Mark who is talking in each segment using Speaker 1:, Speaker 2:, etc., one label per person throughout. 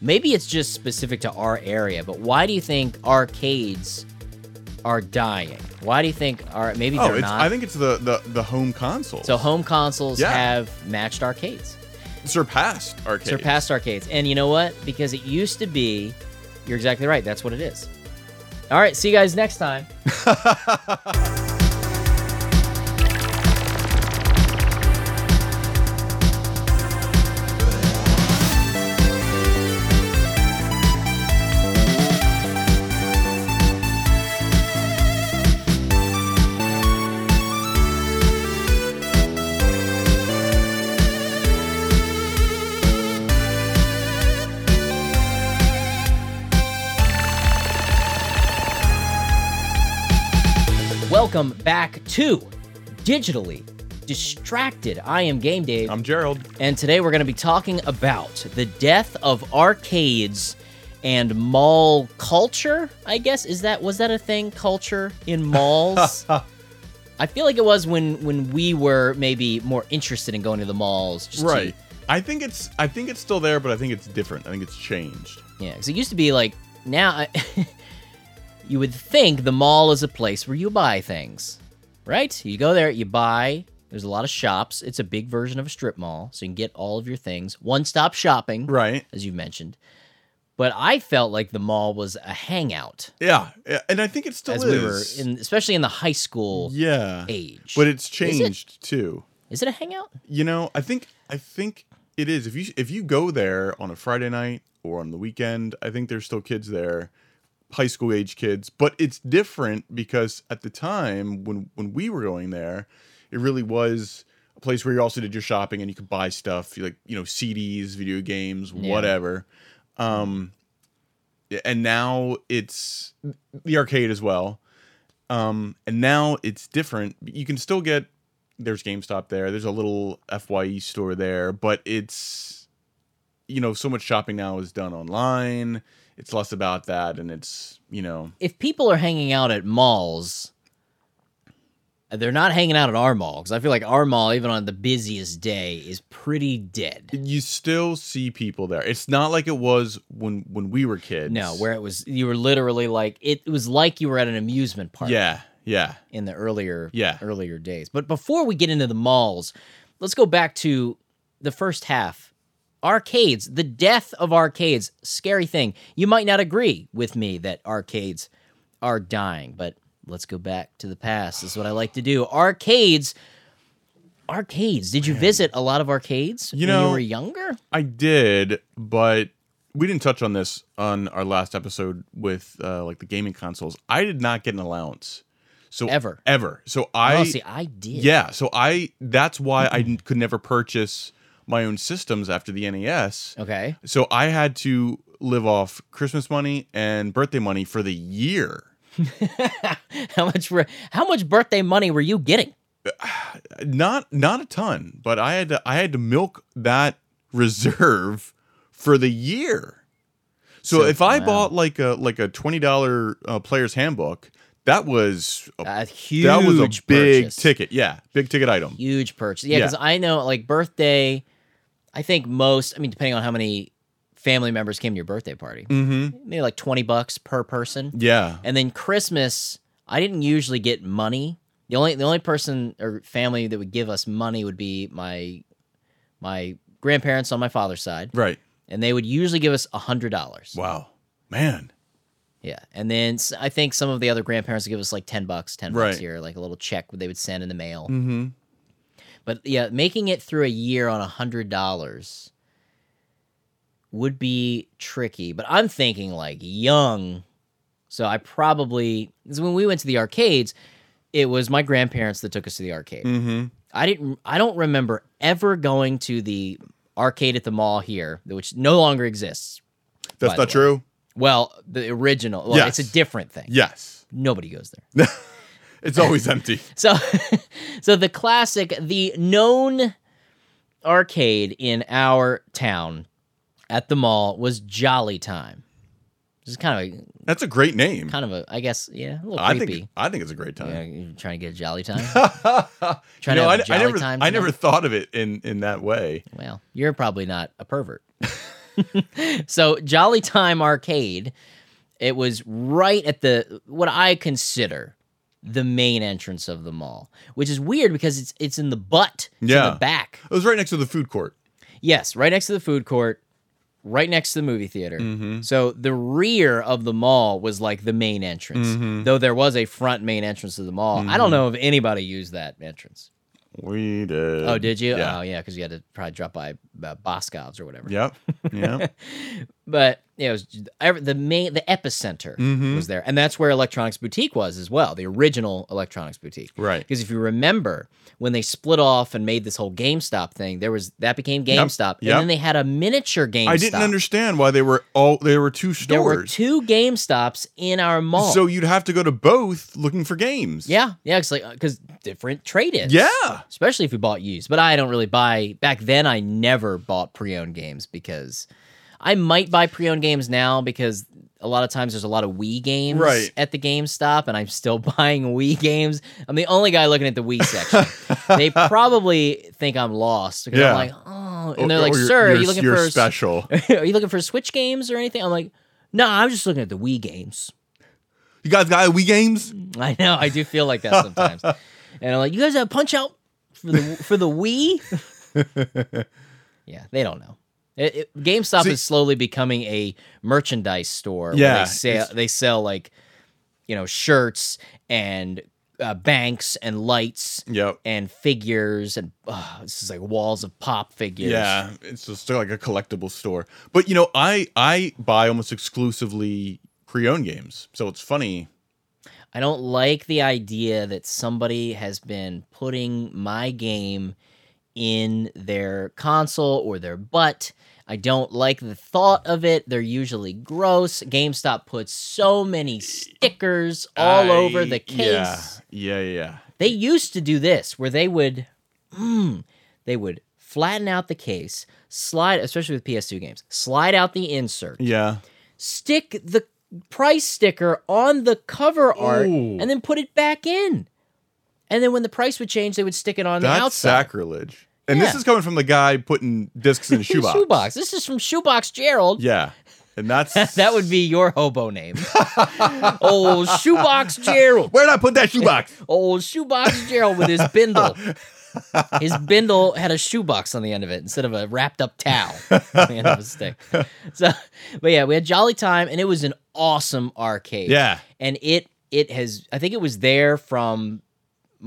Speaker 1: Maybe it's just specific to our area, but why do you think arcades are dying? Why do you think are maybe
Speaker 2: Oh,
Speaker 1: they're
Speaker 2: it's,
Speaker 1: not?
Speaker 2: I think it's the, the, the home console.
Speaker 1: so home consoles
Speaker 2: Yeah.
Speaker 1: have matched arcades.
Speaker 2: surpassed arcade.
Speaker 1: surpassed arcades. And you know what? Because it used to be, you're exactly right. That's what it is. All right. See you guys next time. Welcome back to Digitally Distracted. I am Game Dave.
Speaker 2: I'm Gerald.
Speaker 1: and today we're going to be talking about the death of arcades and mall culture i guess is that was that a thing culture in malls i feel like it was when when we were maybe more interested in going to the malls just to-
Speaker 2: Right. I think it's I think it's still there, but I think it's different. I think it's changed.
Speaker 1: Yeah, because it used to be like now, I, you would think the mall is a place where you buy things, right? You go there, you buy. There's a lot of shops. It's a big version of a strip mall, so you can get all of your things. One stop shopping,
Speaker 2: Right.
Speaker 1: as you mentioned. But I felt like the mall was a hangout
Speaker 2: Yeah. yeah, And I think it still
Speaker 1: as we were
Speaker 2: is.
Speaker 1: in, especially in the high school
Speaker 2: yeah.
Speaker 1: age.
Speaker 2: But it's
Speaker 1: it?
Speaker 2: changed too.
Speaker 1: is it a hangout?
Speaker 2: You know, I think I think it is. If you if you go there on a Friday night or on the weekend, I think there's still kids there, high school age kids. But it's different because at the time when when we were going there, it really was a place where you also did your shopping and you could buy stuff, you like you know CDs, video games,
Speaker 1: Yeah.
Speaker 2: whatever. Um, and now it's the arcade as well. Um, and now it's different. You can still get there's GameStop there. There's a little Fye store there, but it's you know so much shopping now is done online. It's less about that, and it's you know
Speaker 1: If people are hanging out at malls, they're not hanging out at our mall because I feel like our mall, even on the busiest day, is pretty dead.
Speaker 2: you still see people there. It's not like it was when when we were kids.
Speaker 1: No, where it was, you were literally like it was like you were at an amusement park.
Speaker 2: yeah yeah
Speaker 1: in the earlier
Speaker 2: Yeah.
Speaker 1: earlier days. But before we get into the malls, let's go back to the first half. Arcades, the death of arcades, scary thing. You might not agree with me that arcades are dying, but let's go back to the past. This is what I like to do. Arcades Arcades. Did you visit a lot of arcades when
Speaker 2: You
Speaker 1: you
Speaker 2: know-
Speaker 1: were younger?
Speaker 2: I did, but we didn't touch on this on our last episode with uh, like the gaming consoles. I did not get an allowance. So
Speaker 1: Ever.
Speaker 2: ever. So I
Speaker 1: oh, see, I did.
Speaker 2: Yeah, so I that's why I
Speaker 1: Mm-hmm.
Speaker 2: didn't- could never purchase my own systems after the NES.
Speaker 1: Okay.
Speaker 2: So I had to live off Christmas money and birthday money for the year.
Speaker 1: How much were how much birthday money were you getting?
Speaker 2: Not not a ton, but I had to I had to milk that reserve for the year. So,
Speaker 1: So-
Speaker 2: if I
Speaker 1: wow.
Speaker 2: bought like a like a twenty dollar uh, player's handbook, that was a,
Speaker 1: A huge
Speaker 2: that was a big
Speaker 1: purchase.
Speaker 2: ticket. Yeah, big ticket item.
Speaker 1: huge purchase. Yeah,
Speaker 2: Yeah.
Speaker 1: because I know like birthday. I think most. I mean, depending on how many family members came to your birthday party,
Speaker 2: Mm-hmm.
Speaker 1: maybe like twenty bucks per person.
Speaker 2: Yeah.
Speaker 1: And then Christmas, I didn't usually get money. The only the only person or family that would give us money would be my my grandparents on my father's side,
Speaker 2: Right.
Speaker 1: and they would usually give us a hundred dollars.
Speaker 2: Wow. Man.
Speaker 1: Yeah, and then s- I think some of the other grandparents would give us like ten bucks, ten bucks
Speaker 2: Right.
Speaker 1: here, like a little check they would send in the mail.
Speaker 2: Mm-hmm.
Speaker 1: But yeah, making it through a year on a hundred dollars would be tricky. But I'm thinking like young, so I probably 'cause when we went to the arcades, it was my grandparents that took us to the arcade.
Speaker 2: Mm-hmm.
Speaker 1: I didn't. I don't remember ever going to the arcade at the mall here, which no longer exists.
Speaker 2: That's
Speaker 1: by
Speaker 2: not
Speaker 1: the way.
Speaker 2: true.
Speaker 1: Well, the original. Well, it's
Speaker 2: Yes.
Speaker 1: a different thing.
Speaker 2: Yes.
Speaker 1: Nobody goes there.
Speaker 2: It's always empty.
Speaker 1: So, so the classic, the known arcade in our town at the mall was Jolly Time. This is kind of a,
Speaker 2: That's a great name.
Speaker 1: kind of a, I guess, yeah, a little
Speaker 2: I
Speaker 1: creepy.
Speaker 2: think I think it's a great time.
Speaker 1: Yeah, you're trying to get a Jolly Time.
Speaker 2: You
Speaker 1: Trying to
Speaker 2: know,
Speaker 1: have a
Speaker 2: I, I
Speaker 1: jolly
Speaker 2: never
Speaker 1: time
Speaker 2: I
Speaker 1: tonight?
Speaker 2: never thought of it in in that way.
Speaker 1: well, you're probably not a pervert. so Jolly Time Arcade, it was right at the what I consider the main entrance of the mall, which is weird because it's it's in the butt, it's in
Speaker 2: Yeah.
Speaker 1: the back.
Speaker 2: It was right next to the food court.
Speaker 1: Yes, right next to the food court, right next to the movie theater.
Speaker 2: Mhm.
Speaker 1: So the rear of the mall was like the main entrance,
Speaker 2: Mm-hmm.
Speaker 1: though there was a front main entrance to the mall. I don't know if anybody used that entrance.
Speaker 2: We did.
Speaker 1: Oh, did you?
Speaker 2: Yeah.
Speaker 1: Oh, yeah, because you had to probably drop by uh, Boscov's or whatever.
Speaker 2: Yep. Yep.
Speaker 1: But yeah, it was j- ev- the main, the epicenter
Speaker 2: Mhm.
Speaker 1: was there, and that's where Electronics Boutique was as well, the original Electronics Boutique.
Speaker 2: right.
Speaker 1: Because if you remember when they split off and made this whole GameStop thing, there was that became GameStop,
Speaker 2: Yep.
Speaker 1: and then they had a miniature GameStop.
Speaker 2: I didn't understand why they were all there were two
Speaker 1: There were
Speaker 2: stores.
Speaker 1: two GameStops in our mall.
Speaker 2: So you'd have to go to both looking for games.
Speaker 1: yeah, yeah, it's like because different trade-ins.
Speaker 2: Yeah.
Speaker 1: especially if you bought used. But I don't really buy. Back then, I never bought pre-owned games because I might buy pre-owned games now because a lot of times there's a lot of Wii games
Speaker 2: Right.
Speaker 1: at the GameStop, and I'm still buying Wii games. I'm the only guy looking at the Wii section. they probably think I'm lost because
Speaker 2: Yeah.
Speaker 1: I'm like, oh, and
Speaker 2: Or-
Speaker 1: they're like,
Speaker 2: or you're-
Speaker 1: sir, are
Speaker 2: you're-
Speaker 1: you looking
Speaker 2: you're
Speaker 1: for a
Speaker 2: special?
Speaker 1: are you looking for Switch games or anything? I'm like, no, I'm just looking at the Wii games.
Speaker 2: You guys got Wii games?
Speaker 1: I know, I do feel like that sometimes. and I'm like, you guys have Punch Out for the for the Wii? yeah, they don't know. It, it- GameStop
Speaker 2: See-
Speaker 1: is slowly becoming a merchandise store. where
Speaker 2: Yeah,
Speaker 1: they sell
Speaker 2: it's-
Speaker 1: they sell like you know shirts and uh, banks and lights
Speaker 2: Yep.
Speaker 1: and figures and uh, this is like walls of pop figures.
Speaker 2: Yeah, it's just like a collectible store. But you know, I I buy almost exclusively pre-owned games, so it's funny.
Speaker 1: I don't like the idea that somebody has been putting my game in their console or their butt. I don't like the thought of it. They're usually gross. GameStop puts so many stickers all
Speaker 2: I-
Speaker 1: over the case.
Speaker 2: Yeah, yeah, yeah.
Speaker 1: They used to do this where they would mm, they would flatten out the case, slide especially with PS2 games, slide out the insert
Speaker 2: Yeah.
Speaker 1: stick the price sticker on the cover art
Speaker 2: Ooh.
Speaker 1: and then put it back in. And then when the price would change, they would stick it on
Speaker 2: That's
Speaker 1: the outside.
Speaker 2: sacrilege. And this
Speaker 1: Yeah.
Speaker 2: is coming from the guy putting discs in a shoebox.
Speaker 1: Shoebox. This is from Shoebox Gerald.
Speaker 2: Yeah. And that's
Speaker 1: That would be your hobo name. oh, Shoebox Gerald.
Speaker 2: Where'd I put that shoebox?
Speaker 1: Oh, Shoebox Gerald with his bindle. His bindle had a shoebox on the end of it instead of a wrapped up towel on the end of a stick. So, but yeah, we had Jolly Time and it was an awesome arcade.
Speaker 2: yeah.
Speaker 1: and it it has i think it was there from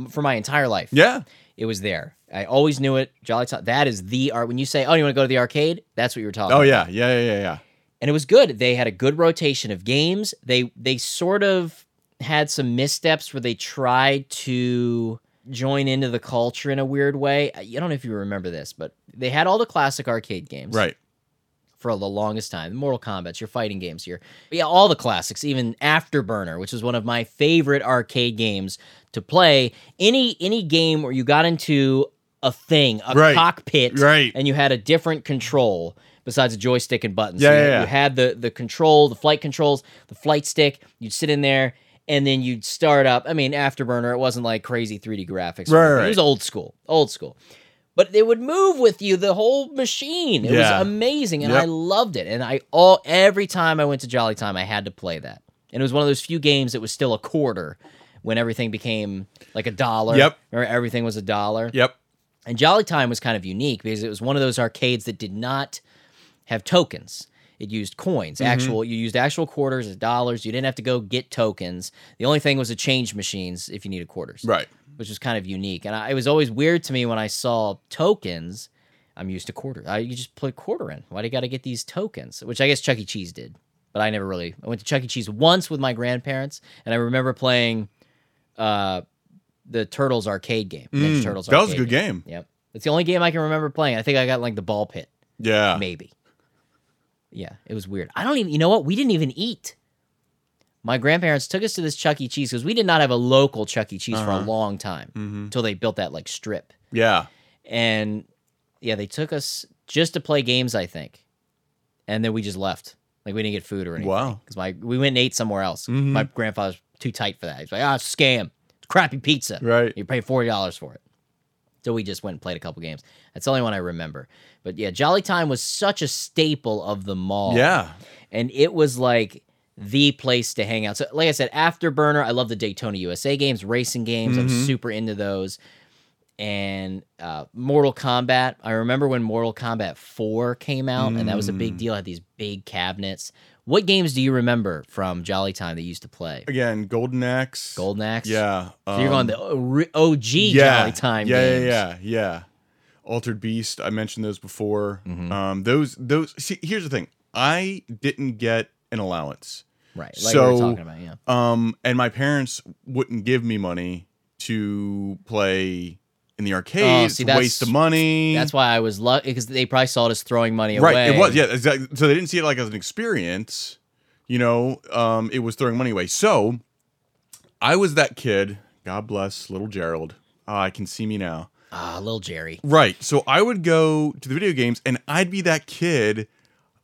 Speaker 1: for my entire life
Speaker 2: Yeah.
Speaker 1: it was there i always knew it jolly time that is the art when you say oh you want to go to the arcade that's what you were talking
Speaker 2: Oh
Speaker 1: about.
Speaker 2: yeah. Yeah, yeah, yeah, yeah.
Speaker 1: and it was good they had a good rotation of games they they sort of had some missteps where they tried to join into the culture in a weird way i I don't know if you remember this but they had all the classic arcade games
Speaker 2: Right.
Speaker 1: for the longest time. Mortal Kombat's your fighting games, your yeah, all the classics, even Afterburner, which is one of my favorite arcade games to play. Any any game where you got into a thing, a
Speaker 2: Right.
Speaker 1: cockpit,
Speaker 2: Right.
Speaker 1: and you had a different control besides a joystick and buttons.
Speaker 2: Yeah,
Speaker 1: you,
Speaker 2: yeah, yeah.
Speaker 1: you had the the control, the flight controls, the flight stick. You'd sit in there. And then you'd start up. I mean, Afterburner, it wasn't like crazy 3D graphics. or
Speaker 2: Right,
Speaker 1: anything.
Speaker 2: right.
Speaker 1: It was old school, old school. But they would move with you the whole machine. It
Speaker 2: Yeah.
Speaker 1: was amazing, and
Speaker 2: Yep.
Speaker 1: I loved it. And I all every time I went to Jolly Time, I had to play that. And it was one of those few games that was still a quarter when everything became like a dollar.
Speaker 2: Yep.
Speaker 1: Or everything was a dollar.
Speaker 2: Yep.
Speaker 1: And Jolly Time was kind of unique because it was one of those arcades that did not have tokens. It used coins,
Speaker 2: Mm-hmm.
Speaker 1: actual. You used actual quarters as dollars. You didn't have to go get tokens. The only thing was the change machines if you needed quarters
Speaker 2: Right.
Speaker 1: which was kind of unique. And I, it was always weird to me when I saw tokens. I'm used to quarter. I, you just put quarter in. Why do you got to get these tokens? Which I guess Chuck E. Cheese did, but I never really. I went to Chuck E. Cheese once with my grandparents, and I remember playing uh, the Turtles arcade game. Ninja
Speaker 2: Mm,
Speaker 1: Turtles.
Speaker 2: that was a
Speaker 1: arcade
Speaker 2: good game.
Speaker 1: Yep, it's the only game I can remember playing. I think I got like the ball pit,
Speaker 2: Yeah.
Speaker 1: maybe. Yeah, it was weird. I don't even. You know what? We didn't even eat. My grandparents took us to this Chuck E. Cheese because we did not have a local Chuck E. Cheese for a
Speaker 2: Uh-huh.
Speaker 1: long time
Speaker 2: Mm-hmm.
Speaker 1: until they built that like strip.
Speaker 2: Yeah.
Speaker 1: And yeah, they took us just to play games, I think. And then we just left. Like we didn't get food or anything.
Speaker 2: Wow.
Speaker 1: Because my we went and ate somewhere else.
Speaker 2: Mhm.
Speaker 1: My grandfather's too tight for that. He's like, ah, it's a scam. It's crappy pizza.
Speaker 2: Right.
Speaker 1: You pay forty dollars for it. So we just went and played a couple games. That's the only one I remember. But yeah, Jolly Time was such a staple of the mall.
Speaker 2: Yeah.
Speaker 1: And it was like the place to hang out. So, like I said, Afterburner, I love the Daytona USA games, racing games. I'm
Speaker 2: Mhm.
Speaker 1: super into those. And uh, Mortal Kombat. I remember when Mortal Kombat 4 came out, and that was a big
Speaker 2: Mm.
Speaker 1: deal. It had these big cabinets. What games do you remember from Jolly Time that you used to play?
Speaker 2: Again, Golden Axe.
Speaker 1: Golden Axe?
Speaker 2: Yeah.
Speaker 1: So you're going
Speaker 2: um,
Speaker 1: the ori- OG E Jolly Time
Speaker 2: yeah,
Speaker 1: games.
Speaker 2: Yeah, yeah, yeah. Altered Beast. I mentioned those before.
Speaker 1: Mhm.
Speaker 2: Um, those, those. See, here's the thing. I didn't get an allowance,
Speaker 1: Right. Like we were
Speaker 2: So-
Speaker 1: talking about, yeah.
Speaker 2: um, and my parents wouldn't give me money to play in the arcade.
Speaker 1: Oh, see,
Speaker 2: it's a waste
Speaker 1: that's-
Speaker 2: of money.
Speaker 1: That's why I was lucky because they probably saw it as throwing money
Speaker 2: right.
Speaker 1: away.
Speaker 2: It was yeah, exactly. So they didn't see it like as an experience. You know, um, it was throwing money away. So I was that kid. God bless little Gerald. Ah, I can see me now.
Speaker 1: Ah, little Jerry.
Speaker 2: Right. So I would go to the video games and I'd be that kid.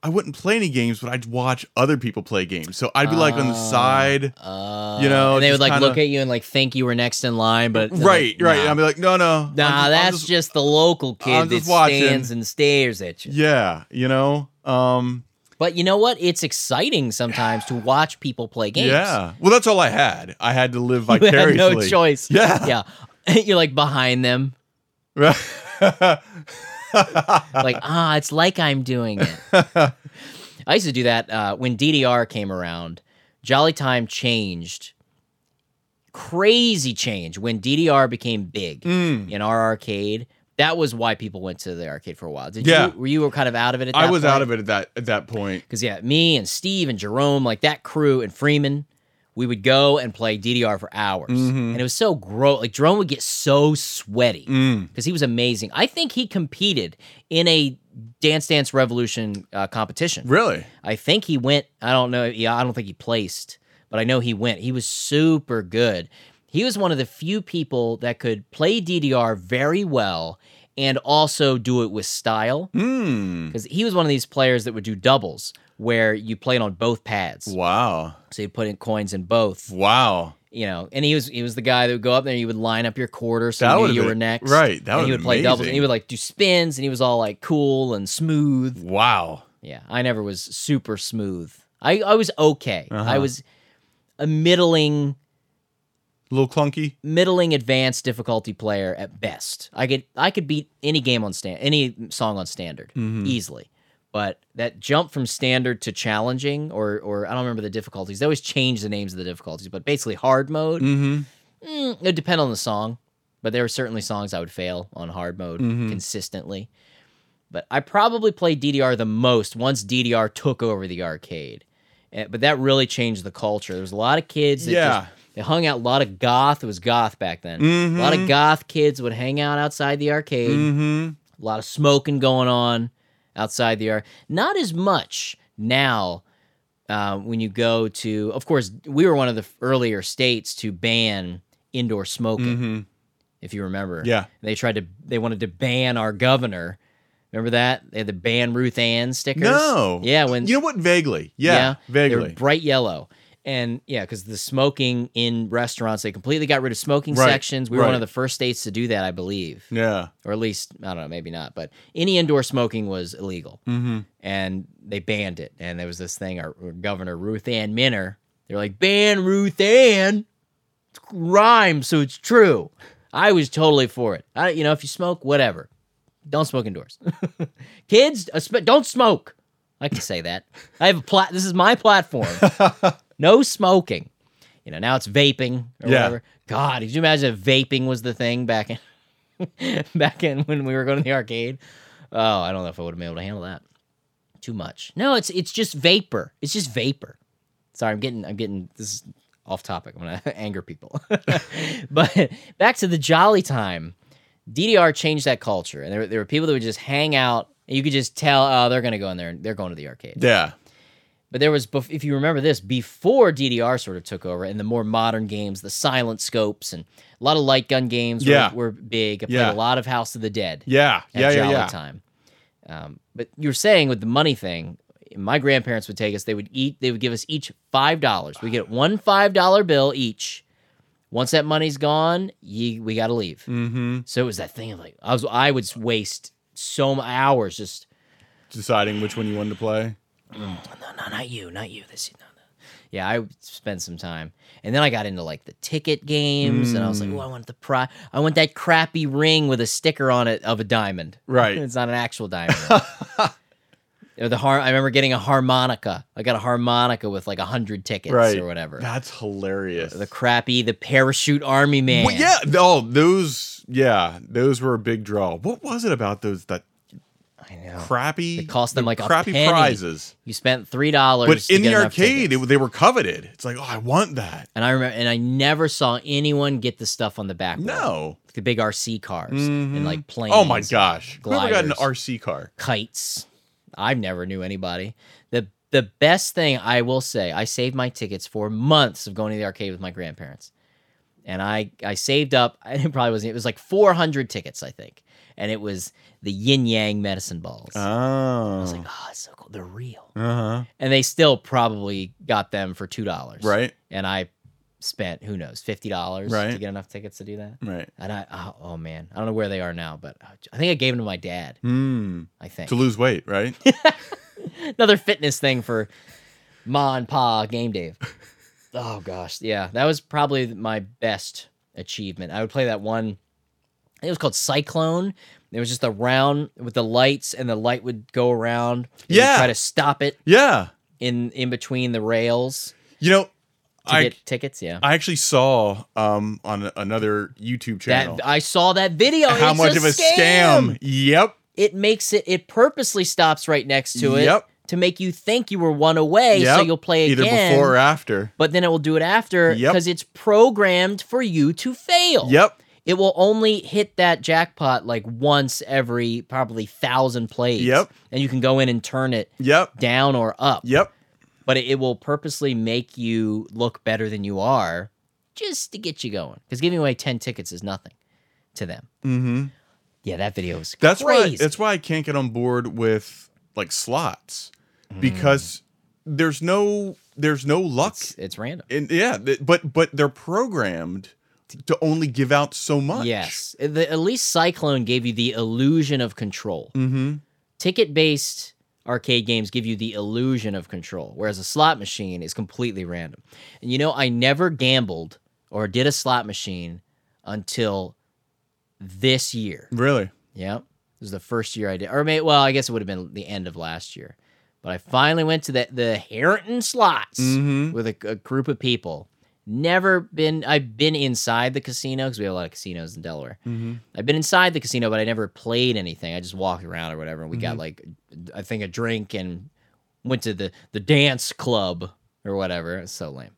Speaker 2: I wouldn't play any games, but I'd watch other people play games. So I'd be like on the
Speaker 1: Ah.
Speaker 2: side.
Speaker 1: Uh,
Speaker 2: You know,
Speaker 1: and they would
Speaker 2: just
Speaker 1: like
Speaker 2: kinda-
Speaker 1: look at you and like think you were next in line, but they're
Speaker 2: Right,
Speaker 1: like,
Speaker 2: right.
Speaker 1: Nah,
Speaker 2: And I'd be like, no, no. I'm
Speaker 1: Nah,
Speaker 2: just- I'm
Speaker 1: that's just,
Speaker 2: just-
Speaker 1: the local
Speaker 2: I'm
Speaker 1: kid that
Speaker 2: just watching."
Speaker 1: stands and stares at you.
Speaker 2: Yeah, you know? Um
Speaker 1: But you know what? It's exciting sometimes to watch people play games.
Speaker 2: Yeah. Well, that's all I had. I had to live
Speaker 1: you had
Speaker 2: vicariously.
Speaker 1: no choice.
Speaker 2: Yeah.
Speaker 1: yeah. You're like behind them, like ah, it's like I'm doing it. I used to do that uh, when DDR came around. Jolly Time changed, crazy change when DDR became big.
Speaker 2: Mm.
Speaker 1: in our arcade. That was why people went to the arcade for a while. Did
Speaker 2: Yeah.
Speaker 1: you were you kind of out of it at that
Speaker 2: I was out of it at that at that point.
Speaker 1: Because yeah, me and Steve and Jerome, like that crew and Freeman, we would go and play DDR for hours.
Speaker 2: Mhm.
Speaker 1: And it was so gross. Like Jerome would get so sweaty
Speaker 2: Mm.
Speaker 1: because he was amazing. I think he competed in a Dance Dance Revolution uh, competition.
Speaker 2: Really?
Speaker 1: I think he went. I don't know. Yeah, I don't think he placed, but I know he went. He was super good. He was one of the few people that could play DDR very well and also do it with style
Speaker 2: Mm.
Speaker 1: because he was one of these players that would do doubles where you played on both pads.
Speaker 2: Wow.
Speaker 1: So you put in coins in both,
Speaker 2: Wow.
Speaker 1: you know. And he was he was the guy that would go up there. You would line up your quarter so
Speaker 2: That
Speaker 1: you knew
Speaker 2: would've
Speaker 1: you
Speaker 2: been-
Speaker 1: were next,
Speaker 2: right, that
Speaker 1: and he
Speaker 2: would've
Speaker 1: would
Speaker 2: been
Speaker 1: play doubles and he
Speaker 2: amazing.
Speaker 1: would like do spins and he was all like cool and smooth.
Speaker 2: Wow.
Speaker 1: Yeah, I never was super smooth. I, I was okay. I
Speaker 2: Uh-huh.
Speaker 1: was a middling
Speaker 2: A little clunky.
Speaker 1: middling advanced difficulty player at best. I could I could beat any game on stand any song on standard
Speaker 2: Mm-hmm.
Speaker 1: easily. But that jump from standard to challenging or or I don't remember the difficulties. They always change the names of the difficulties, but basically hard mode,
Speaker 2: Mm-hmm.
Speaker 1: mm, it would depend on the song, but there were certainly songs I would fail on hard mode
Speaker 2: Mhm.
Speaker 1: consistently. But I probably played DDR the most once DDR took over the arcade. Eh, But that really changed the culture. There was a lot of kids that
Speaker 2: Yeah.
Speaker 1: just, they hung out. A lot of goth. It was goth back then. A lot of
Speaker 2: Mhm.
Speaker 1: goth kids would hang out outside the arcade.
Speaker 2: Mm-hmm.
Speaker 1: A lot of smoking going on outside the arcade. Not as much now uh, when you go to. Of course, we were one of the earlier states to ban indoor smoking
Speaker 2: Mm-hmm.
Speaker 1: if you remember.
Speaker 2: Yeah.
Speaker 1: They tried to they wanted to ban our governor. Remember that? They had to ban Ruth Ann stickers.
Speaker 2: No.
Speaker 1: Yeah, when
Speaker 2: you know what? Vaguely. Yeah.
Speaker 1: they were
Speaker 2: vaguely.
Speaker 1: bright yellow. And yeah, because the smoking in restaurants, they completely got rid of smoking
Speaker 2: Right,
Speaker 1: sections. We were one of
Speaker 2: right.
Speaker 1: the first states to do that, I believe.
Speaker 2: yeah.
Speaker 1: Or at least, I don't know, maybe not, but any indoor smoking was illegal
Speaker 2: Mm-hmm.
Speaker 1: and they banned it. And there was this thing, our, our governor Ruth Ann Minner, they're like, ban Ruth Ann. It's rhyme, so it's true. I was totally for it. I, you know, if you smoke, whatever. Don't smoke indoors. Kids, espe- don't smoke. I can say that. I have a plat. This is my platform. no smoking. You know, now it's vaping or
Speaker 2: Yeah.
Speaker 1: whatever. God, could you imagine if vaping was the thing back in back in when we were going to the arcade? Oh, I don't know if I would have been able to handle that. Too much. No, it's it's just vapor. It's just vapor. Sorry, I'm getting I'm getting this is off topic. I'm gonna anger people. but back to the jolly time. DDR changed that culture, and there, there were people that would just hang out. And you could just tell, oh, they're gonna go in there and they're going to the arcade.
Speaker 2: Yeah.
Speaker 1: But there was, bef- if you remember this, before DDR sort of took over and the more modern games, the silent scopes and a lot of light gun games were-
Speaker 2: Yeah.
Speaker 1: were, big. I played a
Speaker 2: Yeah.
Speaker 1: lot of House of the Dead
Speaker 2: Yeah.
Speaker 1: at
Speaker 2: Yeah. Yeah.
Speaker 1: Jolly
Speaker 2: Yeah.
Speaker 1: Time. Um, but you were saying with the money thing, my grandparents would take us, they would eat, they would give us each $5. We get one $5 bill each. Once that money's gone, ye, we got to leave.
Speaker 2: Mm-hmm.
Speaker 1: So it was that thing of like I was I would waste so many hours just
Speaker 2: Deciding which one you wanted to play.
Speaker 1: no no not you not you this no, no. yeah I would spend some time and then I got into like the ticket games and I was like oh I want the pri I want that crappy ring with a sticker on it of a diamond
Speaker 2: Right.
Speaker 1: it's not an actual diamond Or the har- I remember getting a harmonica I got a harmonica with like a hundred tickets
Speaker 2: Right.
Speaker 1: or whatever
Speaker 2: That's hilarious.
Speaker 1: the crappy the parachute army man
Speaker 2: Well, yeah. th- Oh, those. Yeah, those were a big draw. What was it about those that
Speaker 1: I know
Speaker 2: crappy?
Speaker 1: It cost them
Speaker 2: the
Speaker 1: like a
Speaker 2: crappy
Speaker 1: penny.
Speaker 2: prizes.
Speaker 1: you spent three dollars
Speaker 2: But in the arcade, it, they were coveted. It's like, oh, I want that.
Speaker 1: And I remember, and I never saw anyone get the stuff on the back. wall.
Speaker 2: No.
Speaker 1: the big RC cars and like planes.
Speaker 2: Oh my gosh. Whoever got an
Speaker 1: gliders.
Speaker 2: RC car.
Speaker 1: kites. I never knew anybody. the The best thing I will say, I saved my tickets for months of going to the arcade with my grandparents, and I I saved up. It probably wasn't. It was like four hundred tickets, I think, and it was the yin yang medicine balls.
Speaker 2: Oh.
Speaker 1: I was like, oh, it's so cool. They're real,
Speaker 2: uh huh.
Speaker 1: and they still probably got them for two dollars,
Speaker 2: Right.
Speaker 1: And I spent who knows fifty dollars to
Speaker 2: Right.
Speaker 1: get enough tickets to do that.
Speaker 2: Right.
Speaker 1: And I, oh, oh man, I don't know where they are now, but I think I gave them to my dad.
Speaker 2: Hmm.
Speaker 1: I think
Speaker 2: To lose weight, right?
Speaker 1: another fitness thing for Ma and Pa game day. Oh gosh, yeah, that was probably my best achievement. I would play that one. I think It was called Cyclone. It was just a round with the lights, and the light would go around. and you'd
Speaker 2: Yeah.
Speaker 1: try to stop it
Speaker 2: yeah.
Speaker 1: in in between the rails
Speaker 2: You know,
Speaker 1: to
Speaker 2: I
Speaker 1: get tickets. Yeah,
Speaker 2: I actually saw um on another YouTube channel
Speaker 1: that I saw that video.
Speaker 2: how
Speaker 1: It's
Speaker 2: much of a scam. Yep.
Speaker 1: it makes it it purposely stops right next to it
Speaker 2: Yep.
Speaker 1: to make you think you were one away so
Speaker 2: Yep.
Speaker 1: you'll play
Speaker 2: either
Speaker 1: again
Speaker 2: before or after.
Speaker 1: but then it will do it after
Speaker 2: Yep.
Speaker 1: because it's programmed for you to fail
Speaker 2: Yep.
Speaker 1: it will only hit that jackpot like once every probably thousand plays
Speaker 2: Yep.
Speaker 1: and you can go in and turn it
Speaker 2: Yep.
Speaker 1: down or up
Speaker 2: Yep.
Speaker 1: but it, it will purposely make you look better than you are just to get you going because giving away 10 tickets is nothing to them
Speaker 2: Mm-hmm.
Speaker 1: yeah that video was
Speaker 2: That's
Speaker 1: crazy.
Speaker 2: why that's why I can't get on board with like slots because there's no there's no luck
Speaker 1: it's, it's random
Speaker 2: and yeah, th- but but they're programmed to only give out so much.
Speaker 1: Yes. The, at least Cyclone gave you the illusion of control.
Speaker 2: Mm-hmm.
Speaker 1: Ticket based arcade games give you the illusion of control, whereas a slot machine is completely random. And you know, I never gambled or did a slot machine until this year.
Speaker 2: Really?
Speaker 1: Yep. This is the first year I did. Or may well, I guess it would have been the end of last year. But I finally went to the, the Harrington slots
Speaker 2: Mm-hmm.
Speaker 1: with a, a group of people. Never been. I've been inside the casino because we have a lot of casinos in Delaware.
Speaker 2: Mm-hmm.
Speaker 1: I've been inside the casino, but I never played anything. I just walked around or whatever, and we
Speaker 2: Mm-hmm.
Speaker 1: got like, I think a drink and went to the the dance club or whatever. It's so lame.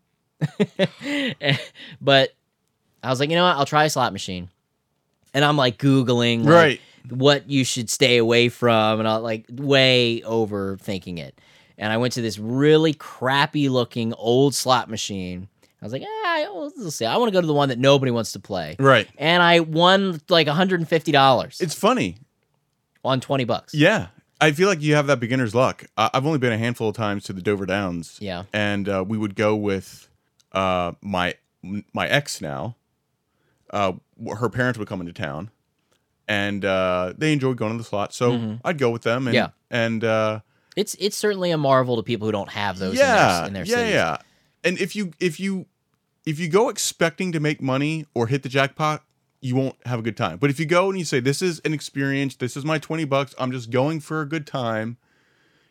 Speaker 1: but I was like, you know what? I'll try a slot machine, and I'm like googling, like,
Speaker 2: Right.
Speaker 1: what you should stay away from and all like way overthinking it. And I went to this really crappy looking old slot machine. I was like, ah, we'll see. I want to go to the one that nobody wants to play.
Speaker 2: Right.
Speaker 1: And I won like $150
Speaker 2: It's funny.
Speaker 1: on 20 bucks.
Speaker 2: Yeah. I feel like you have that beginner's luck. I- I've only been a handful of times to the Dover Downs.
Speaker 1: Yeah.
Speaker 2: and uh, we would go with uh, my my ex now. Uh, wh- her parents would come into town, and uh, they enjoyed going to the slot, so I'd go with them. And,
Speaker 1: Mm-hmm. Yeah.
Speaker 2: and uh,
Speaker 1: It's it's certainly a marvel to people who don't have those
Speaker 2: yeah,
Speaker 1: in their, in
Speaker 2: yeah,
Speaker 1: their cities.
Speaker 2: yeah. And if you if you if you go expecting to make money or hit the jackpot, you won't have a good time. But if you go and you say, "This is an experience. This is my twenty bucks. I'm just going for a good time,"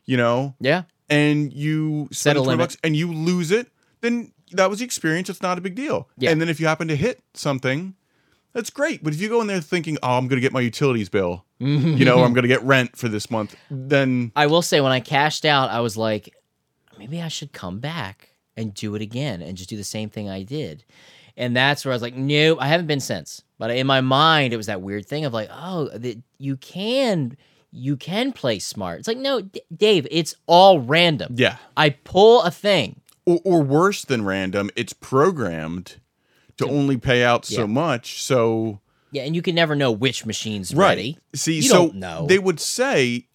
Speaker 2: you know,
Speaker 1: Yeah.
Speaker 2: and you
Speaker 1: Set
Speaker 2: spend
Speaker 1: a
Speaker 2: the 20
Speaker 1: limit.
Speaker 2: bucks and you lose it, then that was the experience. It's not a big deal.
Speaker 1: Yeah.
Speaker 2: And then if you happen to hit something, that's great. But if you go in there thinking, oh, I'm going to get my utilities bill, you know, or I'm going to get rent for this month, then
Speaker 1: I will say when I cashed out, I was like, maybe I should come back and do it again and just do the same thing I did. And that's where I was like, nope, I haven't been since. But in my mind, it was that weird thing of like, oh, that you can you can play smart. It's like, no, D- Dave, it's all random.
Speaker 2: yeah.
Speaker 1: I pull a thing.
Speaker 2: Or, or worse than random, it's programmed to only pay out so
Speaker 1: Yeah.
Speaker 2: much. So
Speaker 1: Yeah, and you can never know which machine's ready.
Speaker 2: See,
Speaker 1: You
Speaker 2: so
Speaker 1: don't know.
Speaker 2: they would say,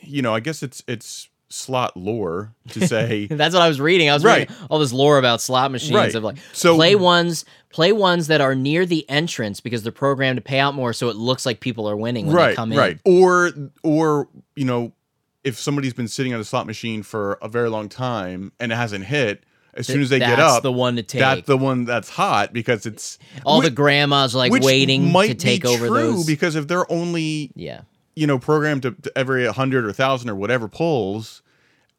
Speaker 2: you know, I guess it's it's slot lore to say
Speaker 1: That's what I was reading. I was
Speaker 2: Right.
Speaker 1: reading all this lore about slot machines
Speaker 2: Right.
Speaker 1: of like
Speaker 2: So-
Speaker 1: play ones, play ones that are near the entrance because they're programmed to pay out more, so it looks like people are winning when they
Speaker 2: right
Speaker 1: come in.
Speaker 2: right or or you know if somebody's been sitting on a slot machine for a very long time and it hasn't hit as soon as they get
Speaker 1: That's
Speaker 2: up
Speaker 1: the one to take.
Speaker 2: that's the one that's hot because it's
Speaker 1: all
Speaker 2: whi-
Speaker 1: the grandmas are like
Speaker 2: which
Speaker 1: waiting
Speaker 2: might
Speaker 1: to take
Speaker 2: be
Speaker 1: over
Speaker 2: true
Speaker 1: those.
Speaker 2: because if they're only
Speaker 1: yeah,
Speaker 2: you know programmed to, to every 100 or 1000 or whatever pulls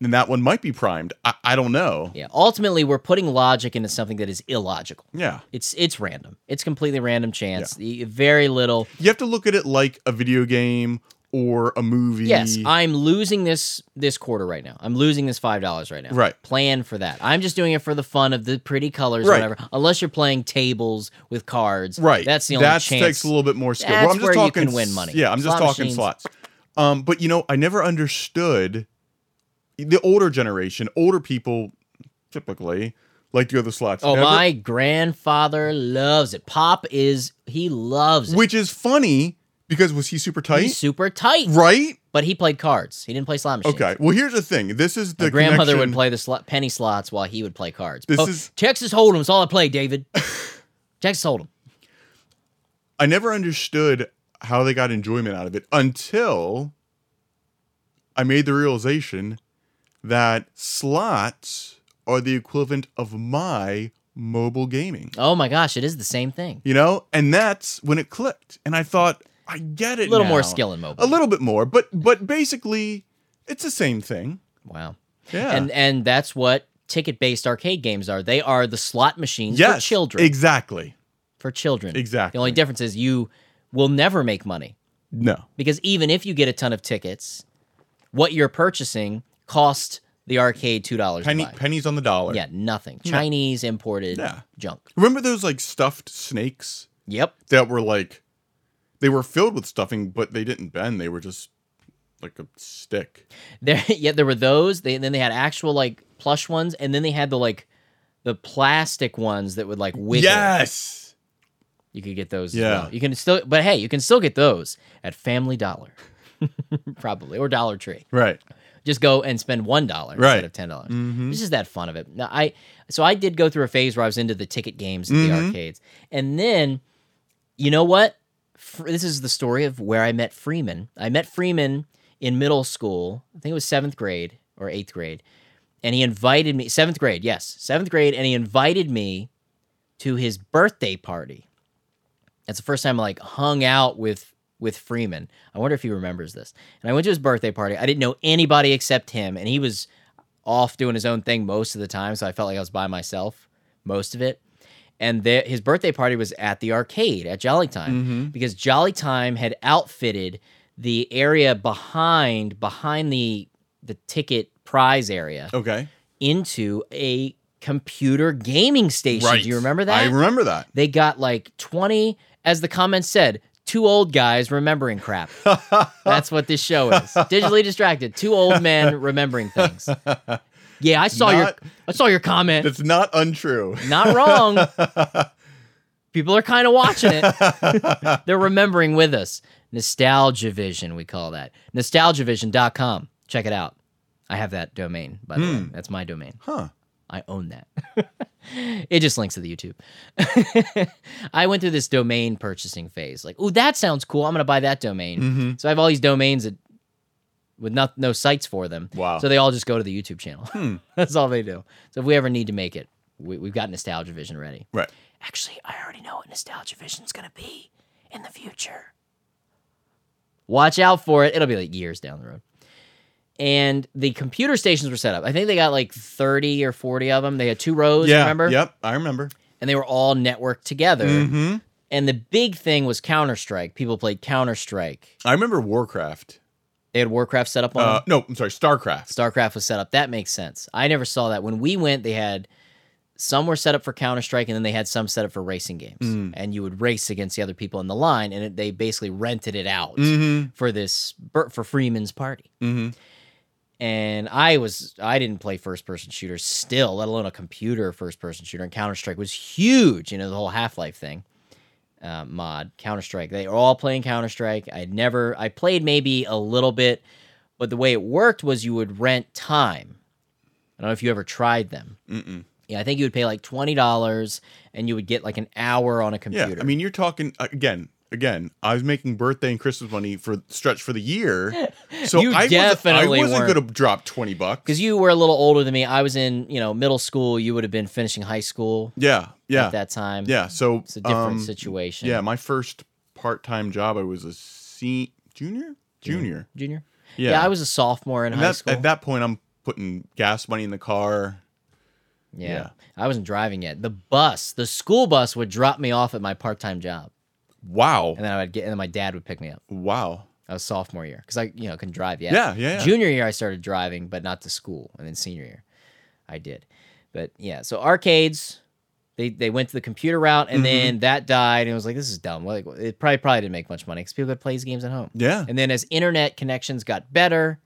Speaker 2: then that one might be primed i, I don't know
Speaker 1: yeah. Ultimately, we're putting logic into something that is illogical.
Speaker 2: yeah
Speaker 1: It's it's random. It's completely random chance. Y- Very little.
Speaker 2: you have to look at it like a video game or a movie
Speaker 1: Yes, I'm losing this this quarter right now. I'm losing this five dollars right now.
Speaker 2: Right.
Speaker 1: Plan for that. I'm just doing it for the fun of the pretty colors, or
Speaker 2: Right.
Speaker 1: whatever. Unless you're playing tables with cards,
Speaker 2: Right.
Speaker 1: That's the only
Speaker 2: that
Speaker 1: chance.
Speaker 2: takes a little bit more skill. Well,
Speaker 1: That's
Speaker 2: I'm just
Speaker 1: where you
Speaker 2: talking
Speaker 1: can win money.
Speaker 2: Yeah, I'm just
Speaker 1: Slot
Speaker 2: talking
Speaker 1: machines.
Speaker 2: slots. Um, but you know, I never understood the older generation, older people typically like to go to the slots.
Speaker 1: oh,
Speaker 2: Never-
Speaker 1: my grandfather loves it. Pop is he loves it.
Speaker 2: which is funny because was he super tight?
Speaker 1: He's super tight,
Speaker 2: right?
Speaker 1: but he played cards. He didn't play slot machines.
Speaker 2: Okay. Well, here's the thing. This is the
Speaker 1: My grandmother
Speaker 2: connection-
Speaker 1: would play the slot, penny slots while he would play cards.
Speaker 2: This
Speaker 1: Oh,
Speaker 2: is-
Speaker 1: Texas Hold'em is all I play, David. Texas Hold'em.
Speaker 2: I never understood how they got enjoyment out of it until I made the realization that slots are the equivalent of my mobile gaming.
Speaker 1: Oh my gosh, it is the same thing.
Speaker 2: You know, and that's when it clicked, and I thought, I get it.
Speaker 1: A little more
Speaker 2: now.
Speaker 1: skill in mobile.
Speaker 2: a little bit more, but but basically, it's the same thing.
Speaker 1: Wow.
Speaker 2: Yeah,
Speaker 1: And and that's what ticket-based arcade games are. They are the slot machines
Speaker 2: yes,
Speaker 1: for children.
Speaker 2: exactly.
Speaker 1: for children. The
Speaker 2: Exactly.
Speaker 1: only difference is you will never make money
Speaker 2: No,
Speaker 1: because even if you get a ton of tickets, what you're purchasing cost the arcade two dollars.
Speaker 2: penny pennies on the dollar.
Speaker 1: Yeah, nothing. Chinese imported
Speaker 2: Yeah.
Speaker 1: junk.
Speaker 2: Remember those like stuffed snakes
Speaker 1: Yep.
Speaker 2: that were like, they were filled with stuffing, but they didn't bend. They were just like a stick.
Speaker 1: There, yeah, there were those. They then they had actual like plush ones, and then they had the like the plastic ones that would like wiggle.
Speaker 2: Yes.
Speaker 1: You could get those.
Speaker 2: Yeah.
Speaker 1: As well. You can still, but hey, you can still get those at Family Dollar, probably or Dollar Tree.
Speaker 2: Right.
Speaker 1: Just go and spend one dollar
Speaker 2: Right.
Speaker 1: instead of ten dollars. This is that fun of it. Now I, so I did go through a phase where I was into the ticket games at the arcades, and then, you know what? Fr- This is the story of where I met Freeman. I met Freeman in middle school. I think it was seventh grade or eighth grade, and he invited me. Seventh grade, yes, seventh grade, and he invited me to his birthday party. That's the first time I like hung out with with Freeman. I wonder if he remembers this. And I went to his birthday party. I didn't know anybody except him, and he was off doing his own thing most of the time, so I felt like I was by myself most of it. And the, his birthday party was at the arcade at Jolly Time
Speaker 2: Mm-hmm.
Speaker 1: because Jolly Time had outfitted the area behind behind the the ticket prize area
Speaker 2: Okay.
Speaker 1: into a computer gaming station.
Speaker 2: Right.
Speaker 1: Do you remember that?
Speaker 2: I remember that.
Speaker 1: They got like 20, as the comments said, two old guys remembering crap. That's what this show is. Digitally distracted, two old men remembering things. Yeah, I saw
Speaker 2: Not-
Speaker 1: your I saw your comment.
Speaker 2: That's not untrue.
Speaker 1: Not wrong. People are kind of watching it. They're remembering with us. Nostalgia Vision, we call that. Nostalgiavision.com. Check it out. I have that domain, by the way. That's my domain.
Speaker 2: Hmm. Huh.
Speaker 1: I own that. it just links to the YouTube. I went through this domain purchasing phase. Like, oh, that sounds cool. I'm going to buy that domain.
Speaker 2: Mm-hmm.
Speaker 1: So I have all these domains that with not, no sites for them.
Speaker 2: Wow. Hmm.
Speaker 1: So they all just go to the YouTube channel. That's all they do. So if we ever need to make it, we, we've got Nostalgia Vision ready.
Speaker 2: Right.
Speaker 1: Actually, I already know what Nostalgia Vision's going to be in the future. Watch out for it. It'll be like years down the road. And the computer stations were set up. I think they got like 30 or 40 of them. They had two rows,
Speaker 2: Yeah.
Speaker 1: remember?
Speaker 2: Yep. I remember.
Speaker 1: And they were all networked together.
Speaker 2: hmm
Speaker 1: And the big thing was Counter Strike. People played Counter Strike.
Speaker 2: I remember Warcraft.
Speaker 1: They had Warcraft set up on
Speaker 2: Uh,
Speaker 1: them.
Speaker 2: no, I'm sorry, Starcraft.
Speaker 1: StarCraft was set up. That makes sense. I never saw that. When we went, they had some were set up for Counter Strike, and then they had some set up for racing games. And you would race against the other people in the line, and it, they basically rented it out
Speaker 2: Mm-hmm.
Speaker 1: for this bur- for Freeman's party.
Speaker 2: Mm-hmm.
Speaker 1: And I was I didn't play first person shooters still, let alone a computer first person shooter. And Counter Strike was huge, you know, the whole Half Life thing. Uh, mod Counter Strike. They were all playing Counter Strike. I never I played maybe a little bit But the way it worked was you would rent time. I don't know if you ever tried them.
Speaker 2: Mm-mm.
Speaker 1: Yeah, I think you would pay like twenty dollars, and you would get like an hour on a
Speaker 2: Yeah,
Speaker 1: computer.
Speaker 2: I mean, you're talking uh, again, again. I was making birthday and Christmas money for stretch for the year, so
Speaker 1: You
Speaker 2: I wasn't-
Speaker 1: definitely
Speaker 2: I wasn't,
Speaker 1: weren't.
Speaker 2: going to drop twenty bucks.
Speaker 1: because you were a little older than me. I was in you know middle school. You would have been finishing high school
Speaker 2: Yeah, yeah,
Speaker 1: at that time.
Speaker 2: yeah. So
Speaker 1: it's a different
Speaker 2: um,
Speaker 1: situation.
Speaker 2: Yeah, my first part-time job, I was a se- junior, junior.
Speaker 1: junior.
Speaker 2: Yeah,
Speaker 1: I was a sophomore in
Speaker 2: And
Speaker 1: high
Speaker 2: that-
Speaker 1: school.
Speaker 2: at that point, I'm putting gas money in the car.
Speaker 1: yeah.
Speaker 2: yeah.
Speaker 1: I wasn't driving yet. The bus, the school bus, would drop me off at my part-time job,
Speaker 2: Wow,
Speaker 1: and then I would get, and then my dad would pick me up.
Speaker 2: wow.
Speaker 1: I was sophomore year because I you know couldn't drive yet.
Speaker 2: Yeah, yeah, yeah.
Speaker 1: Junior year I started driving, but not to school, and then senior year I did. But yeah, so arcades, they they went to the computer route, and then that died, and it was like this is dumb. Like it probably probably didn't make much money because people that play these games at home.
Speaker 2: Yeah,
Speaker 1: And then as internet connections got better,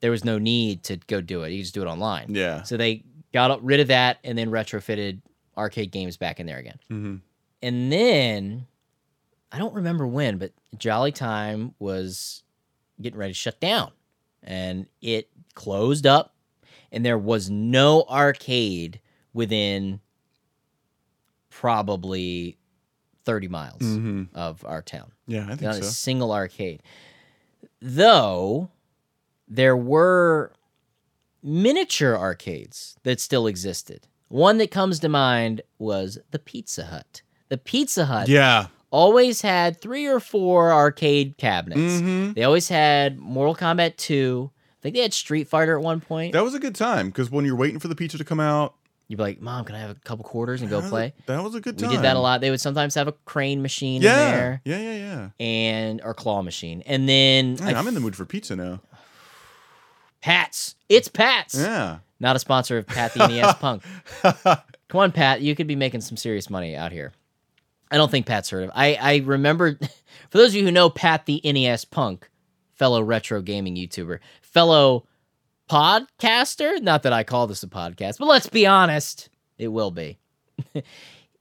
Speaker 1: there was no need to go do it. You just do it online.
Speaker 2: yeah.
Speaker 1: So they got rid of that and then retrofitted arcade games back in there again.
Speaker 2: Mhm.
Speaker 1: And then I don't remember when, but Jolly Time was getting ready to shut down and it closed up and there was no arcade within probably 30 miles
Speaker 2: Mhm.
Speaker 1: of our town
Speaker 2: Yeah, I think
Speaker 1: not a
Speaker 2: so.
Speaker 1: single arcade. Though there were miniature arcades that still existed. One that comes to mind was the Pizza Hut. The Pizza Hut
Speaker 2: Yeah.
Speaker 1: always had three or four arcade cabinets.
Speaker 2: Mhm.
Speaker 1: They always had Mortal Kombat 2. I think they had Street Fighter at one point.
Speaker 2: That was a good time because when you're waiting for the pizza to come out,
Speaker 1: You'd be like, Mom, can I have a couple quarters and
Speaker 2: that
Speaker 1: go
Speaker 2: was a-
Speaker 1: play?
Speaker 2: that was a good
Speaker 1: We
Speaker 2: time.
Speaker 1: did that a lot. They would sometimes have a crane machine
Speaker 2: Yeah,
Speaker 1: in there
Speaker 2: yeah, yeah, yeah.
Speaker 1: and or claw machine. And then I
Speaker 2: Man, I'm in the mood for pizza now.
Speaker 1: Pats. It's Pats.
Speaker 2: Yeah.
Speaker 1: Not a sponsor of Pat the NES Punk. Come on, Pat. You could be making some serious money out here. I don't think Pat's heard of. I I remember, for those of you who know Pat the NES Punk, fellow retro gaming YouTuber, fellow podcaster. Not that I call this a podcast, but let's be honest, it will be.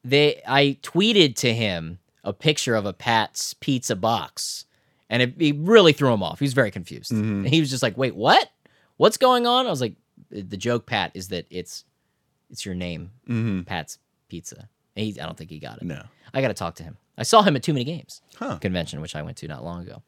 Speaker 1: they I tweeted to him a picture of a Pat's pizza box, and it, it really threw him off. He was very confused.
Speaker 2: Mhm.
Speaker 1: He was just like, "Wait, what? What's going on?" I was like, "The joke, Pat, is that it's it's your name,
Speaker 2: Mm-hmm.
Speaker 1: Pat's Pizza." And he, I don't think he got it.
Speaker 2: No.
Speaker 1: I got to talk to him. I saw him at Too Many Games
Speaker 2: Huh.
Speaker 1: convention, which I went to not long ago.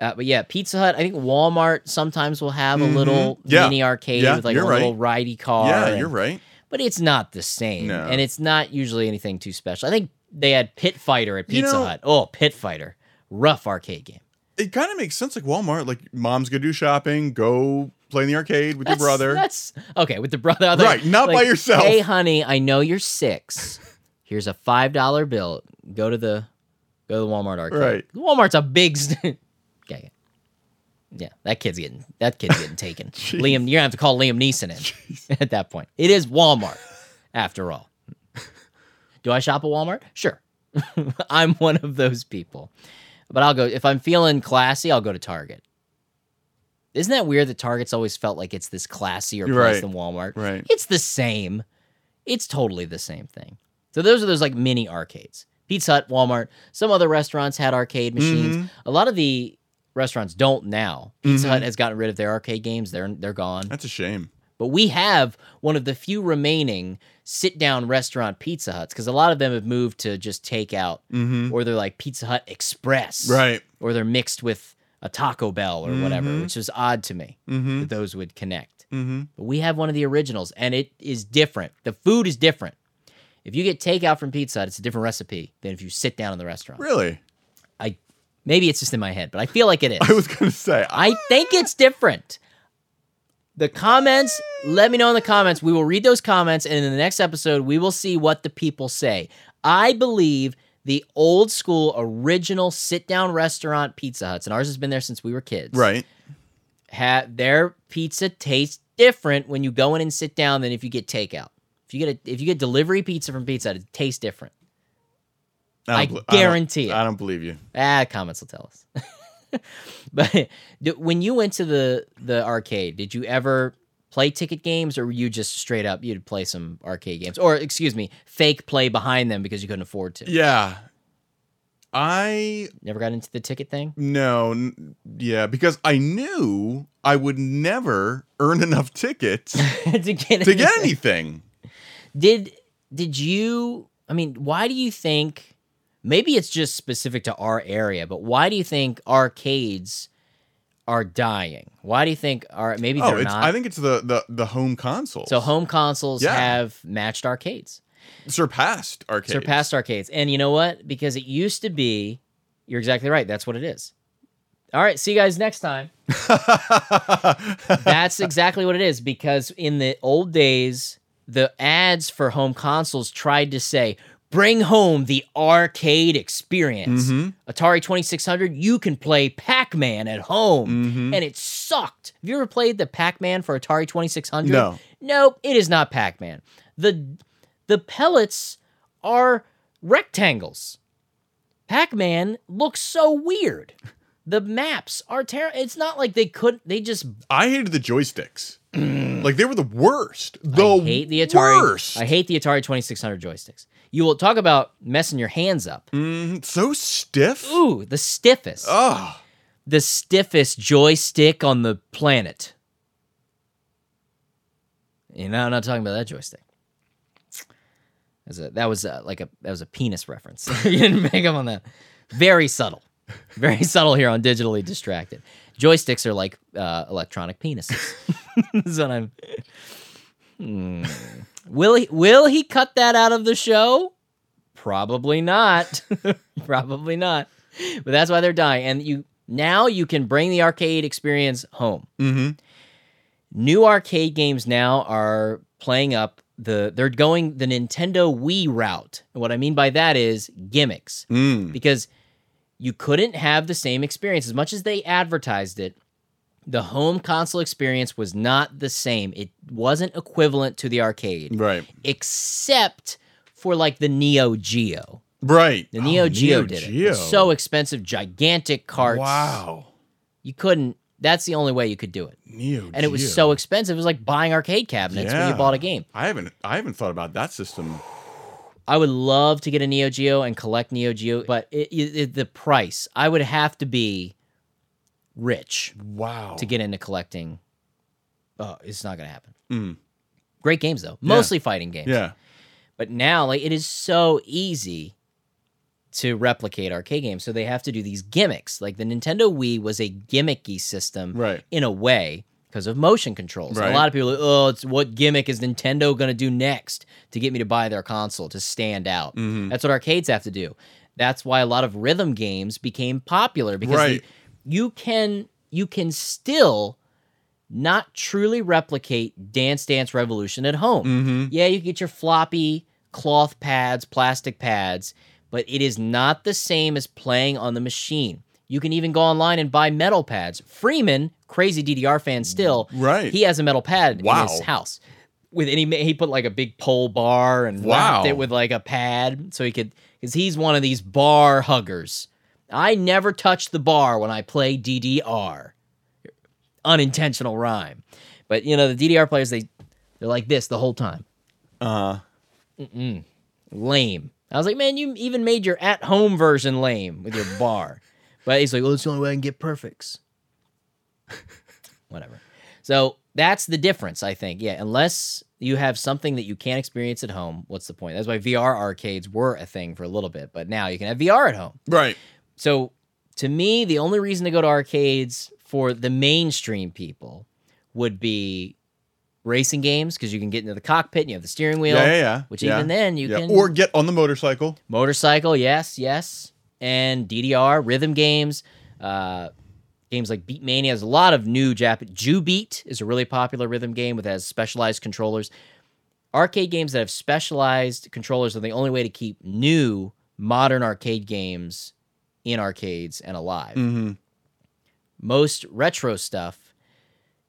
Speaker 1: Uh, but yeah, Pizza Hut. I think Walmart sometimes will have a little
Speaker 2: Mhm. Yeah.
Speaker 1: mini arcade
Speaker 2: Yeah,
Speaker 1: with like a
Speaker 2: you're
Speaker 1: little ridey car.
Speaker 2: Yeah,
Speaker 1: and-
Speaker 2: you're right.
Speaker 1: but it's not the same,
Speaker 2: No.
Speaker 1: and it's not usually anything too special. I think they had Pit Fighter at
Speaker 2: You
Speaker 1: Pizza
Speaker 2: know-
Speaker 1: Hut. Oh, Pit Fighter, rough arcade game.
Speaker 2: It kind of makes sense. Like Walmart, like mom's gonna do shopping, go play in the arcade with your brother.
Speaker 1: That's okay with the brother. I was
Speaker 2: Right, not by yourself.
Speaker 1: Hey, honey, I know you're six. Here's a five dollar bill. Go to the go to the Walmart arcade.
Speaker 2: Right.
Speaker 1: Walmart's a big. St- okay. Yeah, that kid's getting that kid's getting taken. Liam, you're gonna have to call Liam Neeson in at that point. It is Walmart, after all. Do I shop at Walmart? Sure. I'm one of those people. But I'll go if I'm feeling classy, I'll go to Target. Isn't that weird that Target's always felt like it's this classier place
Speaker 2: Right.
Speaker 1: than Walmart?
Speaker 2: Right.
Speaker 1: It's the same. It's totally the same thing. So those are those like mini arcades. Pizza Hut, Walmart, some other restaurants had arcade machines.
Speaker 2: Mhm.
Speaker 1: A lot of the restaurants don't now. Pizza
Speaker 2: Mhm.
Speaker 1: Hut has gotten rid of their arcade games. They're they're gone.
Speaker 2: That's a shame.
Speaker 1: But we have one of the few remaining sit down restaurant Pizza Huts because a lot of them have moved to just takeout
Speaker 2: Mm-hmm.
Speaker 1: or they're like Pizza Hut Express.
Speaker 2: Right.
Speaker 1: Or they're mixed with a Taco Bell or whatever,
Speaker 2: Mhm.
Speaker 1: which is odd to me
Speaker 2: Mm-hmm.
Speaker 1: that those would connect.
Speaker 2: Mm-hmm.
Speaker 1: But we have one of the originals and it is different. The food is different. If you get takeout from Pizza Hut, it's a different recipe than if you sit down in the restaurant.
Speaker 2: Really?
Speaker 1: I maybe it's just in my head, but I feel like it is.
Speaker 2: I was gonna say. I,
Speaker 1: I think it's different. The comments, let me know in the comments. We will read those comments, and in the next episode, we will see what the people say. I believe the old school original sit down restaurant Pizza Huts, and ours has been there since we were kids.
Speaker 2: right.
Speaker 1: Ha- their pizza tastes different when you go in and sit down than if you get takeout. If you get a, if you get delivery pizza from Pizza Hut, it tastes different.
Speaker 2: don't
Speaker 1: I
Speaker 2: bel-
Speaker 1: guarantee
Speaker 2: I
Speaker 1: it.
Speaker 2: don't, I don't believe you.
Speaker 1: Ah, comments will tell us. but d- when you went to the the arcade, did you ever play ticket games, or were you just straight up you'd play some arcade games, or excuse me, fake play behind them because you couldn't afford to?
Speaker 2: Yeah. I
Speaker 1: Never got into the ticket thing.
Speaker 2: no, n- yeah, because I knew I would never earn enough tickets
Speaker 1: to get
Speaker 2: to get
Speaker 1: anything.
Speaker 2: anything.
Speaker 1: Did did you? I mean, why do you think? Maybe it's just specific to our area, but why do you think arcades are dying? Why do you think are maybe
Speaker 2: Oh,
Speaker 1: they're
Speaker 2: it's,
Speaker 1: not?
Speaker 2: I think it's the the the home console.
Speaker 1: so home consoles
Speaker 2: Yeah.
Speaker 1: have matched arcades.
Speaker 2: surpassed arcade.
Speaker 1: surpassed arcades. And you know what? Because it used to be, you're exactly right. That's what it is. All right, see you guys next time. That's exactly what it is because in the old days, the ads for home consoles tried to say, "Bring home the arcade experience."
Speaker 2: Mhm.
Speaker 1: Atari 2600, you can play Pac-Man at home,
Speaker 2: Mhm.
Speaker 1: and it sucked. Have you ever played the Pac-Man for Atari 2600?
Speaker 2: No.
Speaker 1: Nope, it is not Pac-Man. The the pellets are rectangles. Pac-Man looks so weird. The maps are terrible. It's not like they could they just
Speaker 2: I hated the joysticks. like they were the worst. The
Speaker 1: I hate the Atari.
Speaker 2: Worst.
Speaker 1: I hate the Atari 2600 joysticks. You will talk about messing your hands up.
Speaker 2: Mhm. So stiff.
Speaker 1: Ooh, the stiffest.
Speaker 2: Ugh.
Speaker 1: The stiffest joystick on the planet. You know, I'm not talking about that joystick. As a, that was uh like a that was a penis reference. you didn't make up on that. Very subtle, very subtle here on digitally distracted. Joysticks are like uh, electronic penises. That's what I'm. Hmm. Will he? Will he cut that out of the show? Probably not. Probably not. But that's why they're dying. And you now you can bring the arcade experience home
Speaker 2: Mm-hmm.
Speaker 1: new arcade games now are playing up the they're going the Nintendo Wii route. And what I mean by that is gimmicks
Speaker 2: Mm.
Speaker 1: because you couldn't have the same experience as much as they advertised it. The home console experience was not the same. It wasn't equivalent to the arcade
Speaker 2: Right.
Speaker 1: except for like the Neo Geo.
Speaker 2: Right.
Speaker 1: The
Speaker 2: Oh,
Speaker 1: Neo Geo did it.
Speaker 2: Geo.
Speaker 1: It's so expensive, gigantic carts.
Speaker 2: Wow.
Speaker 1: You couldn't that's the only way you could do it
Speaker 2: Neo
Speaker 1: and it
Speaker 2: Geo.
Speaker 1: was so expensive. It was like buying arcade cabinets when you
Speaker 2: Yeah.
Speaker 1: bought a game.
Speaker 2: I haven't I haven't thought about that system.
Speaker 1: I would love to get a Neo Geo and collect Neo Geo, but it, it, it- the price, I would have to be rich
Speaker 2: Wow.
Speaker 1: to get into collecting. Oh, it's not gonna happen.
Speaker 2: Mm.
Speaker 1: Great games though, mostly fighting games.
Speaker 2: Yeah.
Speaker 1: But now, like, it is so easy to replicate arcade games, so they have to do these gimmicks. Like the Nintendo Wii was a gimmicky system,
Speaker 2: Right.
Speaker 1: in a way because of motion controls. And
Speaker 2: Right.
Speaker 1: a lot of people are like, oh, it's what gimmick is Nintendo going to do next to get me to buy their console to stand out?
Speaker 2: Mhm.
Speaker 1: That's what arcades have to do. That's why a lot of rhythm games became popular because
Speaker 2: Right.
Speaker 1: the- you can you can still not truly replicate Dance Dance Revolution at home.
Speaker 2: Mm-hmm.
Speaker 1: Yeah, you get your floppy cloth pads, plastic pads, but it is not the same as playing on the machine. You can even go online and buy metal pads. Freeman, crazy DDR fan still,
Speaker 2: Right.
Speaker 1: he has a metal pad
Speaker 2: Wow.
Speaker 1: in his house. With any, he put like a big pole bar and
Speaker 2: Wow.
Speaker 1: wrapped it with like a pad so he could, because he's one of these bar huggers. I never touch the bar when I play DDR unintentional rhyme. But you know, the DDR players they they're like this the whole time.
Speaker 2: Uh
Speaker 1: Lame. I was like, man, you even made your at home version lame with your bar. but he's like, well, it's the only way I can get perfects. Whatever. So that's the difference, I think. Yeah, unless you have something that you can't experience at home, what's the point? That's why VR arcades were a thing for a little bit, but now you can have VR at home.
Speaker 2: right.
Speaker 1: So to me, the only reason to go to arcades for the mainstream people would be racing games because you can get into the cockpit and you have the steering wheel,
Speaker 2: Yeah, yeah, yeah.
Speaker 1: which
Speaker 2: Yeah.
Speaker 1: even then you
Speaker 2: Yeah.
Speaker 1: can
Speaker 2: or get on the motorcycle.
Speaker 1: motorcycle, yes, yes, and DDR rhythm games. Uh, Games like Beat Mania has a lot of new Japanese. Jubeat is a really popular rhythm game with has specialized controllers. Arcade games that have specialized controllers are the only way to keep new modern arcade games in arcades and alive
Speaker 2: Mm-hmm.
Speaker 1: most retro stuff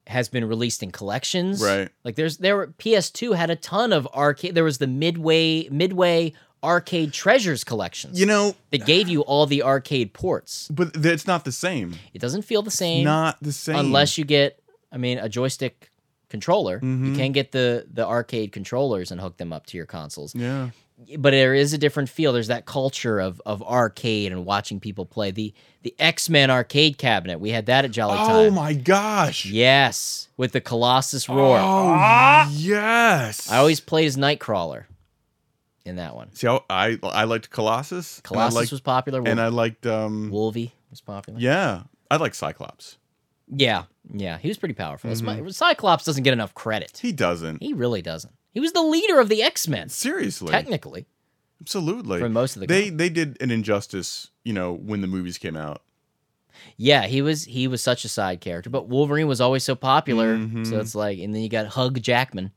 Speaker 1: has been released in collections.
Speaker 2: Right.
Speaker 1: Like there's there were PS2 had a ton of arcade there was the Midway Midway arcade treasures collections
Speaker 2: You know,
Speaker 1: that gave you all the arcade ports.
Speaker 2: but th- it's not the same.
Speaker 1: It doesn't feel the same
Speaker 2: Not the same.
Speaker 1: unless you get I mean a joystick controller. You
Speaker 2: Mhm.
Speaker 1: can get the the arcade controllers and hook them up to your consoles
Speaker 2: Yeah.
Speaker 1: but there is a different feel. There's that culture of of arcade and watching people play the the X Men arcade cabinet. We had that at Jolly
Speaker 2: Oh
Speaker 1: Time.
Speaker 2: my gosh.
Speaker 1: Yes, with the Colossus
Speaker 2: Oh
Speaker 1: roar.
Speaker 2: Ah. yes.
Speaker 1: I always played as Nightcrawler in that one.
Speaker 2: see. I I, I liked Colossus. and I
Speaker 1: Colossus
Speaker 2: liked,
Speaker 1: was popular. Wolv-
Speaker 2: and I liked um.
Speaker 1: Wolvie was popular.
Speaker 2: Yeah, I like Cyclops.
Speaker 1: yeah, yeah, He was pretty powerful. It's
Speaker 2: Mm-hmm.
Speaker 1: my- Cyclops doesn't get enough credit.
Speaker 2: He doesn't.
Speaker 1: He really doesn't. He was the leader of the X Men,
Speaker 2: Seriously.
Speaker 1: technically,
Speaker 2: Absolutely.
Speaker 1: for most of the.
Speaker 2: they they did an injustice, you know, when the movies came out.
Speaker 1: Yeah, he was he was such a side character, but Wolverine was always so popular. So
Speaker 2: Mhm.
Speaker 1: it's like, and then you got Hug Jackman.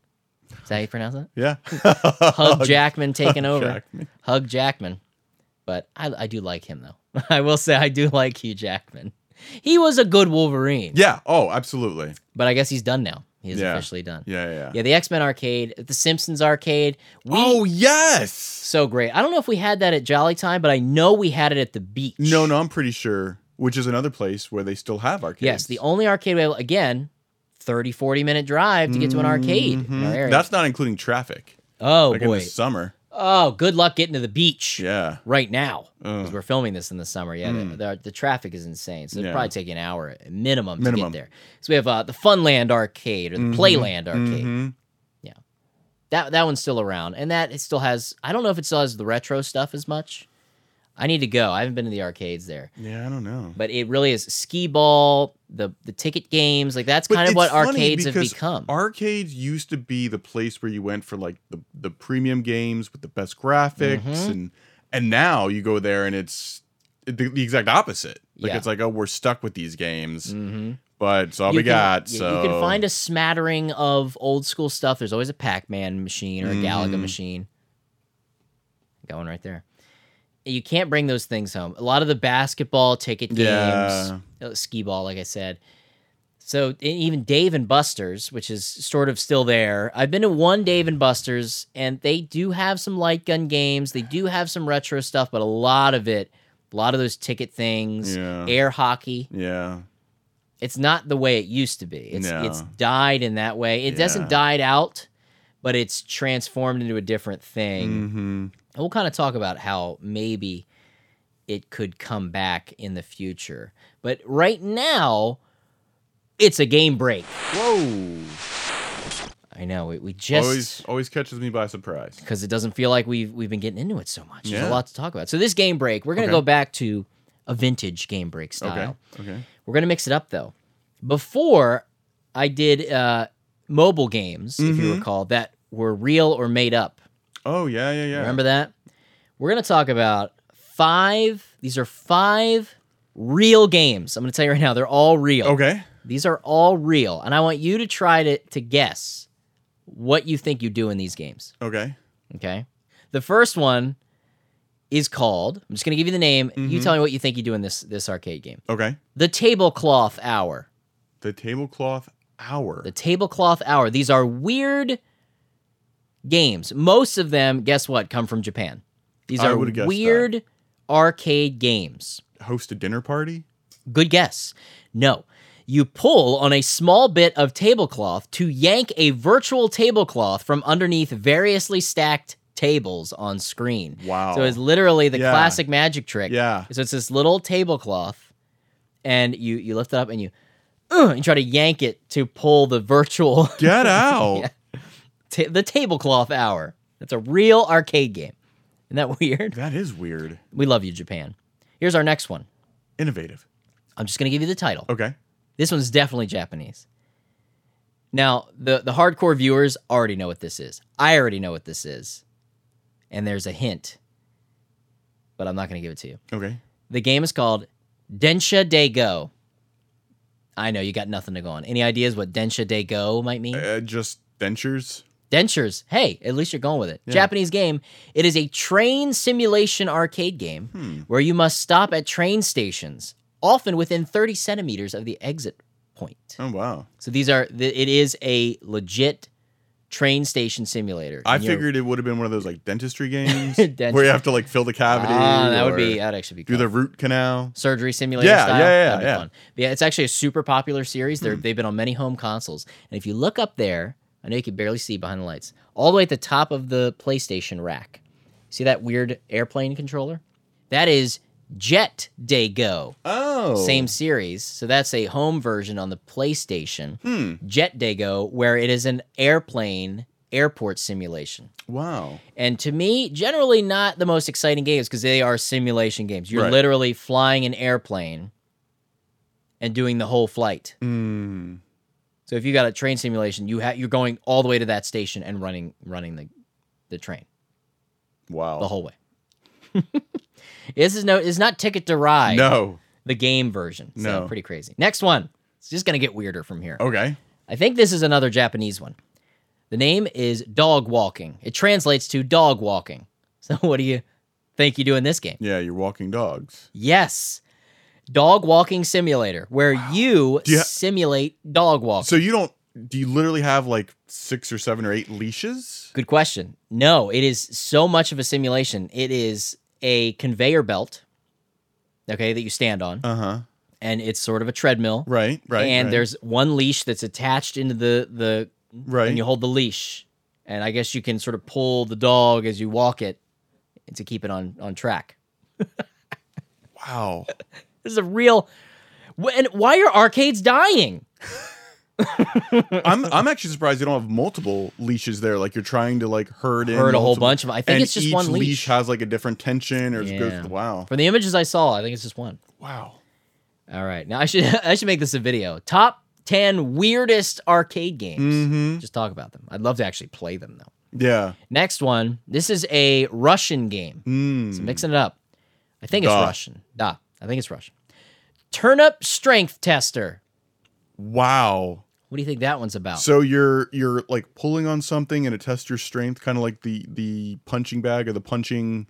Speaker 1: Is that how you pronounce that?
Speaker 2: Yeah.
Speaker 1: Hug Jackman taking
Speaker 2: Hugh
Speaker 1: over.
Speaker 2: Jackman.
Speaker 1: Hug Jackman. But I, I do like him though. I will say I do like Hugh Jackman. He was a good Wolverine.
Speaker 2: Yeah. Oh, absolutely.
Speaker 1: But I guess he's done now. He's
Speaker 2: Yeah.
Speaker 1: officially done. Yeah.
Speaker 2: Yeah, yeah. yeah.
Speaker 1: the X Men arcade, the Simpsons arcade. We,
Speaker 2: oh yes.
Speaker 1: so great. I don't know if we had that at Jolly Time, but I know we had it at the beach.
Speaker 2: No, no, I'm pretty sure. Which is another place where they still have arcades.
Speaker 1: Yes, the only arcade we have, again, 30, 40 minute drive to get to an arcade in our area.
Speaker 2: Mm-hmm. That's not including traffic.
Speaker 1: oh,
Speaker 2: like
Speaker 1: boy.
Speaker 2: in the summer.
Speaker 1: Oh, good luck getting to the beach
Speaker 2: Yeah.
Speaker 1: right now.
Speaker 2: Ugh. Mm.
Speaker 1: Because we're filming this in the summer. Yeah, the- the, the, traffic is insane. So it'll
Speaker 2: Yeah.
Speaker 1: probably take an hour at minimum to
Speaker 2: Minimum. Mm-hmm.
Speaker 1: get there. So we have uh, the Funland Arcade or the Playland Arcade.
Speaker 2: Mhm.
Speaker 1: That that one's still around. And that it still has, I don't know if it still has the retro stuff as much. I need to go. I haven't been to the arcades there.
Speaker 2: Yeah, I don't know.
Speaker 1: But it really is skee ball, the the ticket games, like that's
Speaker 2: But
Speaker 1: kind of
Speaker 2: it's
Speaker 1: what
Speaker 2: funny
Speaker 1: arcades have
Speaker 2: because
Speaker 1: become.
Speaker 2: Arcades used to be the place where you went for like the, the premium games with the best graphics
Speaker 1: Mhm.
Speaker 2: and and now you go there and it's the, the exact opposite. Like
Speaker 1: Yeah.
Speaker 2: it's like oh we're stuck with these games,
Speaker 1: mm-hmm.
Speaker 2: but it's all Oh, we
Speaker 1: can-
Speaker 2: got.
Speaker 1: yeah,
Speaker 2: so
Speaker 1: you can find a smattering of old school stuff. There's always a Pac-Man machine or a Galaga
Speaker 2: Mhm.
Speaker 1: machine. Going right there. You can't bring those things home. A lot of the basketball ticket games,
Speaker 2: Yeah.
Speaker 1: uh, skee ball, like I said. So and even Dave and Buster's, which is sort of still there. I've been to one Dave and Buster's, and they do have some light gun games. They do have some retro stuff, but a lot of it, a lot of those ticket things,
Speaker 2: Yeah.
Speaker 1: air hockey
Speaker 2: yeah.
Speaker 1: it's not the way it used to be. It's
Speaker 2: No.
Speaker 1: it's died in that way. It doesn't
Speaker 2: Yeah.
Speaker 1: died out, but it's transformed into a different thing.
Speaker 2: hmm
Speaker 1: And we'll kind of talk about how maybe it could come back in the future. But right now, it's a game break.
Speaker 2: Mm-hmm. Whoa!
Speaker 1: I know we, we just
Speaker 2: always always catches me by surprise.
Speaker 1: because it doesn't feel like we've we've been getting into it so much. There's
Speaker 2: Yeah.
Speaker 1: a lot to talk about. So this game break, we're gonna
Speaker 2: Okay.
Speaker 1: go back to a vintage game break style.
Speaker 2: Okay. Okay.
Speaker 1: We're gonna mix it up though. Before I did uh, mobile games, if you
Speaker 2: Mhm.
Speaker 1: recall, that were real or made up.
Speaker 2: Oh yeah, yeah, yeah.
Speaker 1: Remember that? We're gonna talk about five. These are five real games. I'm gonna tell you right now, they're all real.
Speaker 2: Okay.
Speaker 1: These are all real, and I want you to try to to guess what you think you do in these games.
Speaker 2: Okay.
Speaker 1: Okay. The first one is called. I'm just gonna give you the name. You
Speaker 2: Mhm.
Speaker 1: tell me what you think you do in this this arcade game.
Speaker 2: Okay.
Speaker 1: The Tablecloth Hour.
Speaker 2: The tablecloth hour.
Speaker 1: The Tablecloth Hour. These are weird games. Most of them, guess what, come from Japan. These
Speaker 2: I
Speaker 1: are
Speaker 2: would've guessed that.
Speaker 1: weird arcade games.
Speaker 2: Host a dinner party.
Speaker 1: Good guess. No. You pull on a small bit of tablecloth to yank a virtual tablecloth from underneath variously stacked tables on screen.
Speaker 2: Wow.
Speaker 1: So it's literally the
Speaker 2: Yeah.
Speaker 1: classic magic trick.
Speaker 2: yeah.
Speaker 1: So it's this little tablecloth, and you you lift it up and you, uh, you try to yank it to pull the virtual
Speaker 2: Get out.
Speaker 1: ta- the tablecloth hour. That's a real arcade game. Isn't that weird?
Speaker 2: That is weird.
Speaker 1: We love you, Japan. Here's our next one.
Speaker 2: Innovative.
Speaker 1: I'm just gonna give you the title.
Speaker 2: Okay.
Speaker 1: This one's definitely Japanese. Now, the the hardcore viewers already know what this is. I already know what this is, and there's a hint, but I'm not gonna give it to you.
Speaker 2: Okay.
Speaker 1: The game is called Densha De Go. I know you got nothing to go on. Any ideas what Densha De Go might mean?
Speaker 2: Uh, just dentures.
Speaker 1: Dentures. Hey, at least you're going with it.
Speaker 2: Yeah.
Speaker 1: Japanese game. It is a train simulation arcade game
Speaker 2: Hmm.
Speaker 1: where you must stop at train stations, often within 30 centimeters of the exit point.
Speaker 2: Oh wow.
Speaker 1: So these are. th- It is a legit train station simulator.
Speaker 2: I
Speaker 1: and you're-
Speaker 2: figured it would have been one of those like dentistry games
Speaker 1: Dentist-
Speaker 2: where you have to like fill the cavity.
Speaker 1: Ah, that would
Speaker 2: or
Speaker 1: be. That'd actually be.
Speaker 2: do
Speaker 1: cool.
Speaker 2: the root canal.
Speaker 1: surgery simulator
Speaker 2: Yeah,
Speaker 1: style.
Speaker 2: yeah, yeah,
Speaker 1: That'd be
Speaker 2: yeah. Hmm.
Speaker 1: fun. But yeah, it's actually a super popular series. They're, They've been on many home consoles. And if you look up there, I know you can barely see behind the lights, all the way at the top of the PlayStation rack See that weird airplane controller? That is Jet Day Go.
Speaker 2: Oh,
Speaker 1: Same series. So that's a home version on the PlayStation,
Speaker 2: Hmm.
Speaker 1: Jet Day Go, where it is an airplane airport simulation.
Speaker 2: Wow.
Speaker 1: And to me, generally not the most exciting games because they are simulation games. You're
Speaker 2: Right.
Speaker 1: literally flying an airplane and doing the whole flight.
Speaker 2: Mm.
Speaker 1: So if you got a train simulation, you ha- you're going all the way to that station and running running the the train
Speaker 2: Wow.
Speaker 1: the whole way. this is no it's not Ticket to Ride,
Speaker 2: no.
Speaker 1: the game version. So
Speaker 2: No. Oh.
Speaker 1: pretty crazy. Next one. It's just gonna get weirder from here.
Speaker 2: Okay.
Speaker 1: I think this is another Japanese one. The name is Dog Walking. It translates to dog walking. So what do you think you do in this game?
Speaker 2: Yeah, you're walking dogs.
Speaker 1: Yes. Dog walking simulator where you,
Speaker 2: Do you ha-
Speaker 1: simulate dog walking.
Speaker 2: So you don't. Do you literally have like six or seven or eight leashes?
Speaker 1: Good question. No, it is so much of a simulation. It is a conveyor belt, okay, that you stand on,
Speaker 2: Uh huh.
Speaker 1: and it's sort of a treadmill.
Speaker 2: Right. Right.
Speaker 1: and
Speaker 2: right,
Speaker 1: there's one leash that's attached into the the,
Speaker 2: right.
Speaker 1: and you hold the leash, and I guess you can sort of pull the dog as you walk it to keep it on on track.
Speaker 2: wow.
Speaker 1: This is a real. Wh- And why are arcades dying?
Speaker 2: I'm I'm actually surprised you don't have multiple leashes there. Like you're trying to like herd in.
Speaker 1: Heard a whole
Speaker 2: multiple-
Speaker 1: bunch of. I think
Speaker 2: and
Speaker 1: it's just
Speaker 2: each
Speaker 1: one
Speaker 2: leash.
Speaker 1: leash.
Speaker 2: has like a different tension or it
Speaker 1: Yeah.
Speaker 2: goes. Wow.
Speaker 1: From the images I saw, I think it's just one.
Speaker 2: Wow.
Speaker 1: All right. Now I should I should make this a video. Top 10 weirdest arcade games.
Speaker 2: Mm-hmm.
Speaker 1: Just talk about them. I'd love to actually play them though.
Speaker 2: Yeah.
Speaker 1: Next one. This is a Russian game. So
Speaker 2: Mm.
Speaker 1: mixing it up. I think
Speaker 2: Da.
Speaker 1: it's Russian. Da. I think it's Russian. Turnip strength tester.
Speaker 2: Wow.
Speaker 1: What do you think that one's about?
Speaker 2: So you're you're like pulling on something and it tests your strength, kind of like the the punching bag or the punching.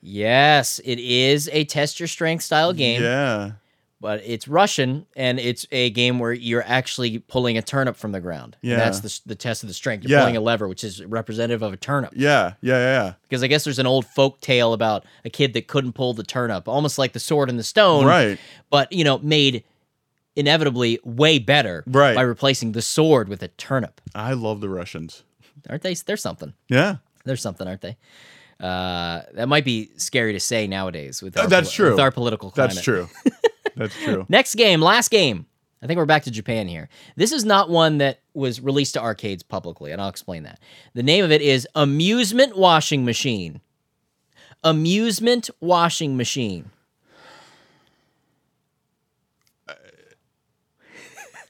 Speaker 1: yes, it is a test your strength style game,
Speaker 2: Yeah.
Speaker 1: but it's Russian and it's a game where you're actually pulling a turnip from the ground. And
Speaker 2: Yeah.
Speaker 1: That's the, the test of the strength. You're
Speaker 2: Yeah.
Speaker 1: pulling a lever, which is representative of a turnip.
Speaker 2: Yeah. Yeah. Yeah.
Speaker 1: because I guess there's an old folk tale about a kid that couldn't pull the turnip, almost like the sword and the stone,
Speaker 2: Right.
Speaker 1: But you know, made inevitably way better
Speaker 2: Right.
Speaker 1: by replacing the sword with a turnip.
Speaker 2: I love the Russians.
Speaker 1: Aren't they? They're something.
Speaker 2: Yeah.
Speaker 1: They're something, aren't they? Uh, that might be scary to say nowadays with
Speaker 2: Uh,
Speaker 1: our
Speaker 2: that's
Speaker 1: poli-
Speaker 2: true.
Speaker 1: with our political climate.
Speaker 2: That's true. That's true.
Speaker 1: Next game, last game. I think we're back to Japan here. This is not one that was released to arcades publicly, and I'll explain that. The name of it is Amusement Washing Machine. Amusement Washing Machine.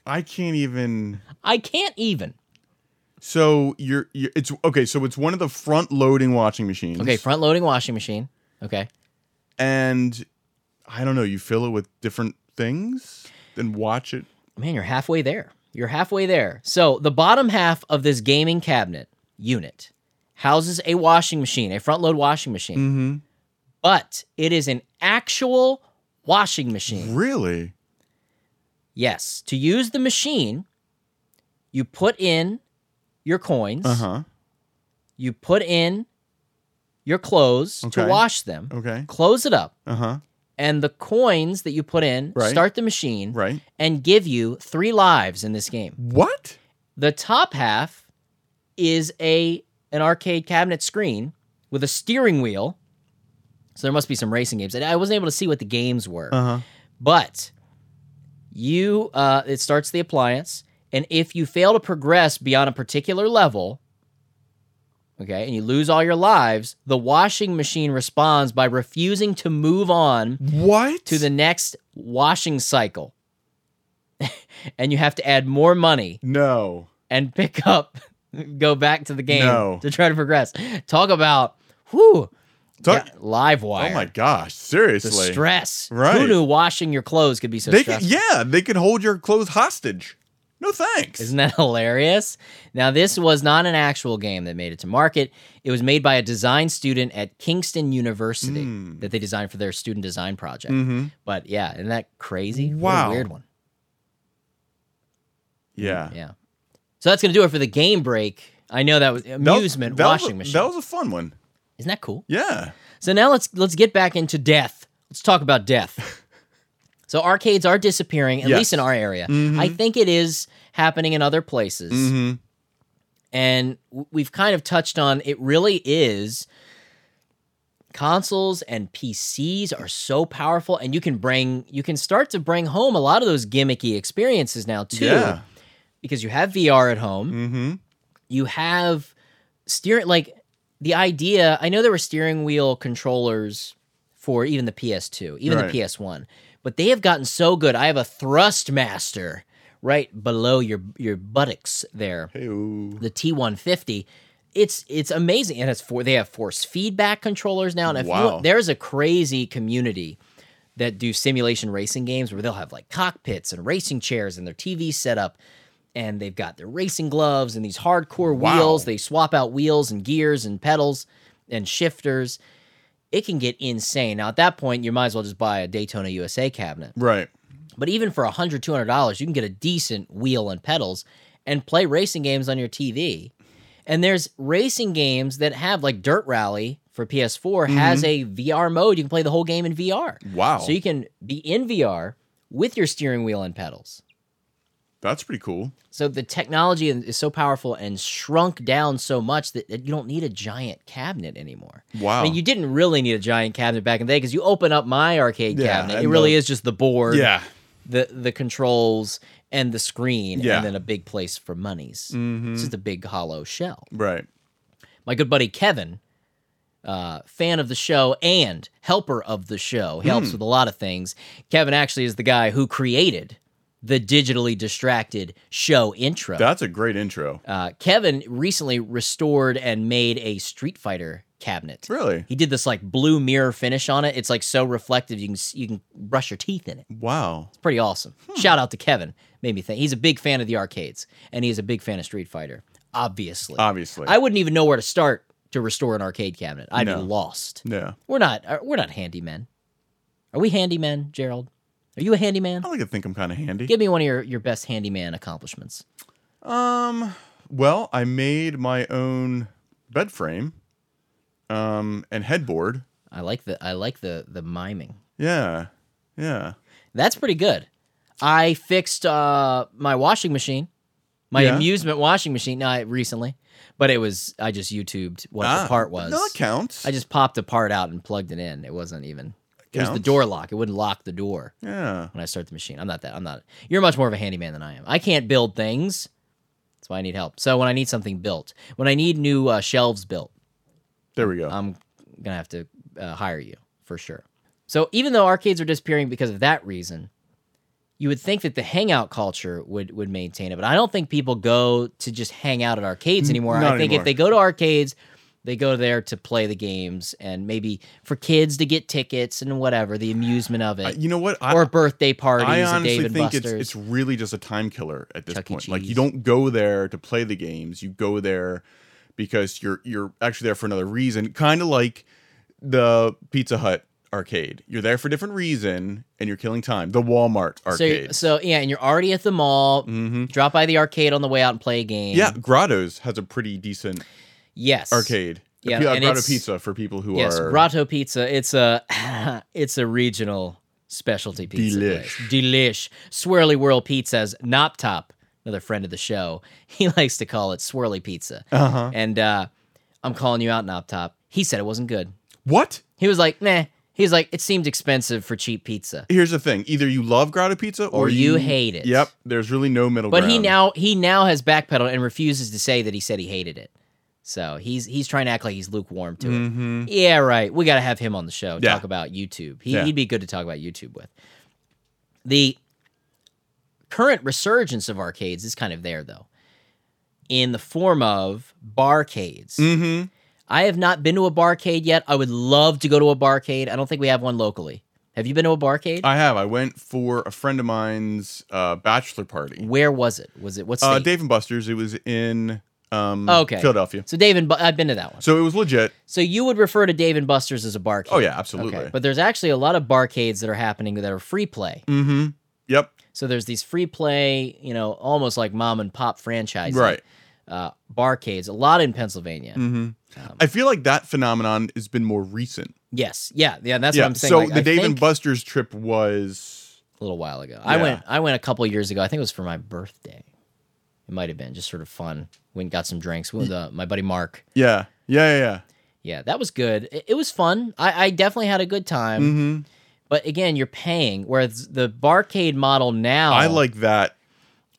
Speaker 2: I can't even.
Speaker 1: I can't even.
Speaker 2: So you're, you're it's okay. So it's one of the front loading washing machines.
Speaker 1: Okay, front loading washing machine. Okay.
Speaker 2: and I don't know. You fill it with different things and watch it.
Speaker 1: Man, you're halfway there. You're halfway there. So, the bottom half of this gaming cabinet unit houses a washing machine, a front load washing machine,
Speaker 2: Mm-hmm.
Speaker 1: but it is an actual washing machine.
Speaker 2: Really?
Speaker 1: Yes. To use the machine, you put in your coins,
Speaker 2: Uh huh.
Speaker 1: you put in your clothes to
Speaker 2: Okay.
Speaker 1: wash them,
Speaker 2: Okay.
Speaker 1: close it up,
Speaker 2: Uh huh.
Speaker 1: and the coins that you put in
Speaker 2: Right.
Speaker 1: start the machine
Speaker 2: Right.
Speaker 1: and give you three lives in this game.
Speaker 2: What?
Speaker 1: The top half is a an arcade cabinet screen with a steering wheel. So there must be some racing games. And I wasn't able to see what the games were.
Speaker 2: Uh huh.
Speaker 1: But you, uh, it starts the appliance, and if you fail to progress beyond a particular level, okay, and you lose all your lives, the washing machine responds by refusing to move on
Speaker 2: What?
Speaker 1: to the next washing cycle. and you have to add more money
Speaker 2: no.
Speaker 1: and pick up, go back to the game
Speaker 2: No.
Speaker 1: to try to progress. Talk about, whew,
Speaker 2: Talk-
Speaker 1: got live
Speaker 2: Oh
Speaker 1: wire.
Speaker 2: my gosh!
Speaker 1: the
Speaker 2: Seriously.
Speaker 1: stress. Who
Speaker 2: Right.
Speaker 1: knew washing your clothes could be so
Speaker 2: they could,
Speaker 1: stressful?
Speaker 2: yeah, they could hold your clothes hostage. No thanks.
Speaker 1: Isn't that hilarious? Now, this was not an actual game that made it to market. It was made by a design student at Kingston University
Speaker 2: Mm.
Speaker 1: that they designed for their student design project.
Speaker 2: mm-hmm.
Speaker 1: But yeah, isn't that crazy? What a
Speaker 2: Wow.
Speaker 1: weird one.
Speaker 2: Yeah.
Speaker 1: Yeah. So that's going to do it for the game break. I know that was
Speaker 2: That was-
Speaker 1: amusement
Speaker 2: that was
Speaker 1: washing
Speaker 2: a-
Speaker 1: machine.
Speaker 2: That was a fun one.
Speaker 1: Isn't that cool?
Speaker 2: Yeah.
Speaker 1: So now let's let's get back into death. Let's talk about death. so arcades are disappearing, at
Speaker 2: Yes.
Speaker 1: least in our area. I think it is happening in other places.
Speaker 2: Mm-hmm.
Speaker 1: and w- we've kind of touched on it really is consoles and PCs are so powerful and you can bring you can start to bring home a lot of those gimmicky experiences now too
Speaker 2: Yeah.
Speaker 1: because you have VR at home
Speaker 2: Mm-hmm.
Speaker 1: you have steering like the idea I know there were steering wheel controllers for even the PS2 even
Speaker 2: Right.
Speaker 1: the PS1 but they have gotten so good I have a thrustmaster right below your your buttocks there
Speaker 2: Hey, ooh.
Speaker 1: the T150. It's it's amazing, and it's for they have force feedback controllers now. And if you-
Speaker 2: Wow.
Speaker 1: there's a crazy community that do simulation racing games where they'll have like cockpits and racing chairs and their TV set up, and they've got their racing gloves and these hardcore
Speaker 2: Wow.
Speaker 1: wheels. They swap out wheels and gears and pedals and shifters. It can get insane. Now at that point, you might as well just buy a Daytona USA cabinet.
Speaker 2: Right.
Speaker 1: But even for $100, $200, you can get a decent wheel and pedals and play racing games on your TV. And there's racing games that have like Dirt Rally for PS4 has a VR mode. You can play the whole game in VR.
Speaker 2: Mm-hmm. Wow.
Speaker 1: So you can be in VR with your steering wheel and pedals.
Speaker 2: That's pretty cool.
Speaker 1: So the technology is so powerful and shrunk down so much that that you don't need a giant cabinet anymore.
Speaker 2: Wow.
Speaker 1: I mean, you didn't really need a giant cabinet back in the day because you open up my arcade
Speaker 2: Yeah,
Speaker 1: cabinet. It
Speaker 2: and
Speaker 1: really
Speaker 2: the-
Speaker 1: is just the board
Speaker 2: yeah.
Speaker 1: the the controls and the screen
Speaker 2: Yeah.
Speaker 1: and
Speaker 2: Mm-hmm.
Speaker 1: then a big place for monies. This is the big hollow shell.
Speaker 2: Right.
Speaker 1: My good buddy Kevin, uh, fan of the show and helper of the show, he
Speaker 2: Hmm.
Speaker 1: helps with a lot of things. Kevin actually is the guy who created the digitally distracted show intro.
Speaker 2: That's a great intro.
Speaker 1: Uh, Kevin recently restored and made a Street Fighter cabinet.
Speaker 2: Really?
Speaker 1: He did this like blue mirror finish on it. It's like so reflective you can s- you can brush your teeth in it
Speaker 2: Wow.
Speaker 1: pretty awesome.
Speaker 2: Hmm.
Speaker 1: Shout out to Kevin. Made me think. He's a big fan of the arcades, and he's a big fan of Street Fighter. Obviously,
Speaker 2: Obviously.
Speaker 1: I wouldn't even know where to start to restore an arcade cabinet. I'd
Speaker 2: No.
Speaker 1: be lost.
Speaker 2: yeah.
Speaker 1: We're not. uh, We're not handymen. Are we handymen, Gerald? Are you a handyman?
Speaker 2: I like to think I'm kind of handy.
Speaker 1: Give me one of your, your best handyman accomplishments.
Speaker 2: Um, well, I made my own bed frame um and headboard.
Speaker 1: I like the I like the the miming.
Speaker 2: Yeah. Yeah.
Speaker 1: That's pretty good. I fixed uh, my washing machine, my
Speaker 2: Yeah.
Speaker 1: amusement washing machine. Not recently, but it was I just YouTubed what
Speaker 2: Ah,
Speaker 1: the part was.
Speaker 2: No, that counts.
Speaker 1: I just popped a part out and plugged it in. It wasn't even. It was the
Speaker 2: Counts.
Speaker 1: door lock. It wouldn't lock the door
Speaker 2: yeah.
Speaker 1: when I start the machine. I'm not that. I'm not. You're much more of a handyman than I am. I can't build things. That's why I need help. So when I need something built, when I need new uh, shelves built,
Speaker 2: There we go.
Speaker 1: I'm gonna have to uh, hire you for sure. So even though arcades are disappearing because of that reason, you would think that the hangout culture would would maintain it, but I don't think people go to just hang out at arcades anymore.
Speaker 2: not
Speaker 1: I think
Speaker 2: anymore.
Speaker 1: if they go to arcades, they go there to play the games and maybe for kids to get tickets and whatever the amusement of
Speaker 2: I-
Speaker 1: it,
Speaker 2: you know what? I,
Speaker 1: or birthday parties
Speaker 2: I
Speaker 1: at
Speaker 2: honestly
Speaker 1: David
Speaker 2: think it's
Speaker 1: Buster's.
Speaker 2: it's really just a time killer at this
Speaker 1: Chuck E.
Speaker 2: point. Like you
Speaker 1: Cheese.
Speaker 2: don't go there to play the games. You go there because you're you're actually there for another reason. Kind of like the Pizza Hut arcade. You're there for a different reason and you're killing time. The Walmart
Speaker 1: so,
Speaker 2: arcade.
Speaker 1: you're- so yeah, and you're already at the mall.
Speaker 2: mm-hmm.
Speaker 1: Drop by the arcade on the way out and play a game.
Speaker 2: Yeah, Grotto's has a pretty decent
Speaker 1: Yes.
Speaker 2: arcade.
Speaker 1: Yeah,
Speaker 2: P- uh,
Speaker 1: and
Speaker 2: Grotto
Speaker 1: it's-
Speaker 2: Pizza for people who
Speaker 1: Yes,
Speaker 2: are
Speaker 1: Grotto Pizza. It's a it's a regional specialty pizza
Speaker 2: Delish.
Speaker 1: place. Delish. Swirly Whirl Pizza's Nop Top, another friend of the show. He likes to call it Swirly Pizza.
Speaker 2: Uh-huh.
Speaker 1: And uh, I'm calling you out, Nop Top. He said it wasn't good.
Speaker 2: What?
Speaker 1: He was like, nah. He's like, it seemed expensive for cheap pizza.
Speaker 2: Here's the thing: either you love Grotto Pizza or,
Speaker 1: Or you hate it.
Speaker 2: Yep, there's really no middle
Speaker 1: But
Speaker 2: ground.
Speaker 1: he now he now has backpedaled and refuses to say that he said he hated it. So he's he's trying to act like he's lukewarm to it.
Speaker 2: Mhm.
Speaker 1: Yeah, right. We got to have him on the show.
Speaker 2: Yeah.
Speaker 1: Talk about YouTube. He,
Speaker 2: Yeah.
Speaker 1: He'd be good to talk about YouTube with. The current resurgence of arcades is kind of there, though, in the form of barcades.
Speaker 2: Mhm.
Speaker 1: I have not been to a barcade yet. I would love to go to a barcade. I don't think we have one locally. Have you been to a barcade?
Speaker 2: I have. I went for a friend of mine's uh, bachelor party.
Speaker 1: Where was it? Was it what's
Speaker 2: Uh,
Speaker 1: state?
Speaker 2: Dave and Buster's. It was in um,
Speaker 1: Okay.
Speaker 2: Philadelphia.
Speaker 1: so Dave and Bu- I've been to that one.
Speaker 2: So it was legit.
Speaker 1: So you would refer to Dave and Buster's as a barcade?
Speaker 2: Oh yeah, absolutely.
Speaker 1: Okay. But there's actually a lot of barcades that are happening that are free play.
Speaker 2: mm-hmm. Yep.
Speaker 1: So there's these free play, you know, almost like mom and pop franchise,
Speaker 2: Right.
Speaker 1: Uh, barcades, a lot in Pennsylvania.
Speaker 2: Mm-hmm.
Speaker 1: Um,
Speaker 2: I feel like that phenomenon has been more recent.
Speaker 1: yes, yeah, yeah. That's
Speaker 2: yeah.
Speaker 1: what I'm saying.
Speaker 2: So
Speaker 1: Like,
Speaker 2: the
Speaker 1: I
Speaker 2: Dave and
Speaker 1: think
Speaker 2: Buster's trip was.
Speaker 1: a little while ago. I
Speaker 2: Yeah.
Speaker 1: went. I went a couple years ago. I think it was for my birthday. It might have been just sort of fun. Went and got some drinks. Went with uh, my buddy Mark.
Speaker 2: Yeah. Yeah. Yeah. yeah.
Speaker 1: Yeah, that was good. It, it was fun. I, I definitely had a good time.
Speaker 2: hmm
Speaker 1: But again, you're paying. Whereas the barcade model now,
Speaker 2: I like that.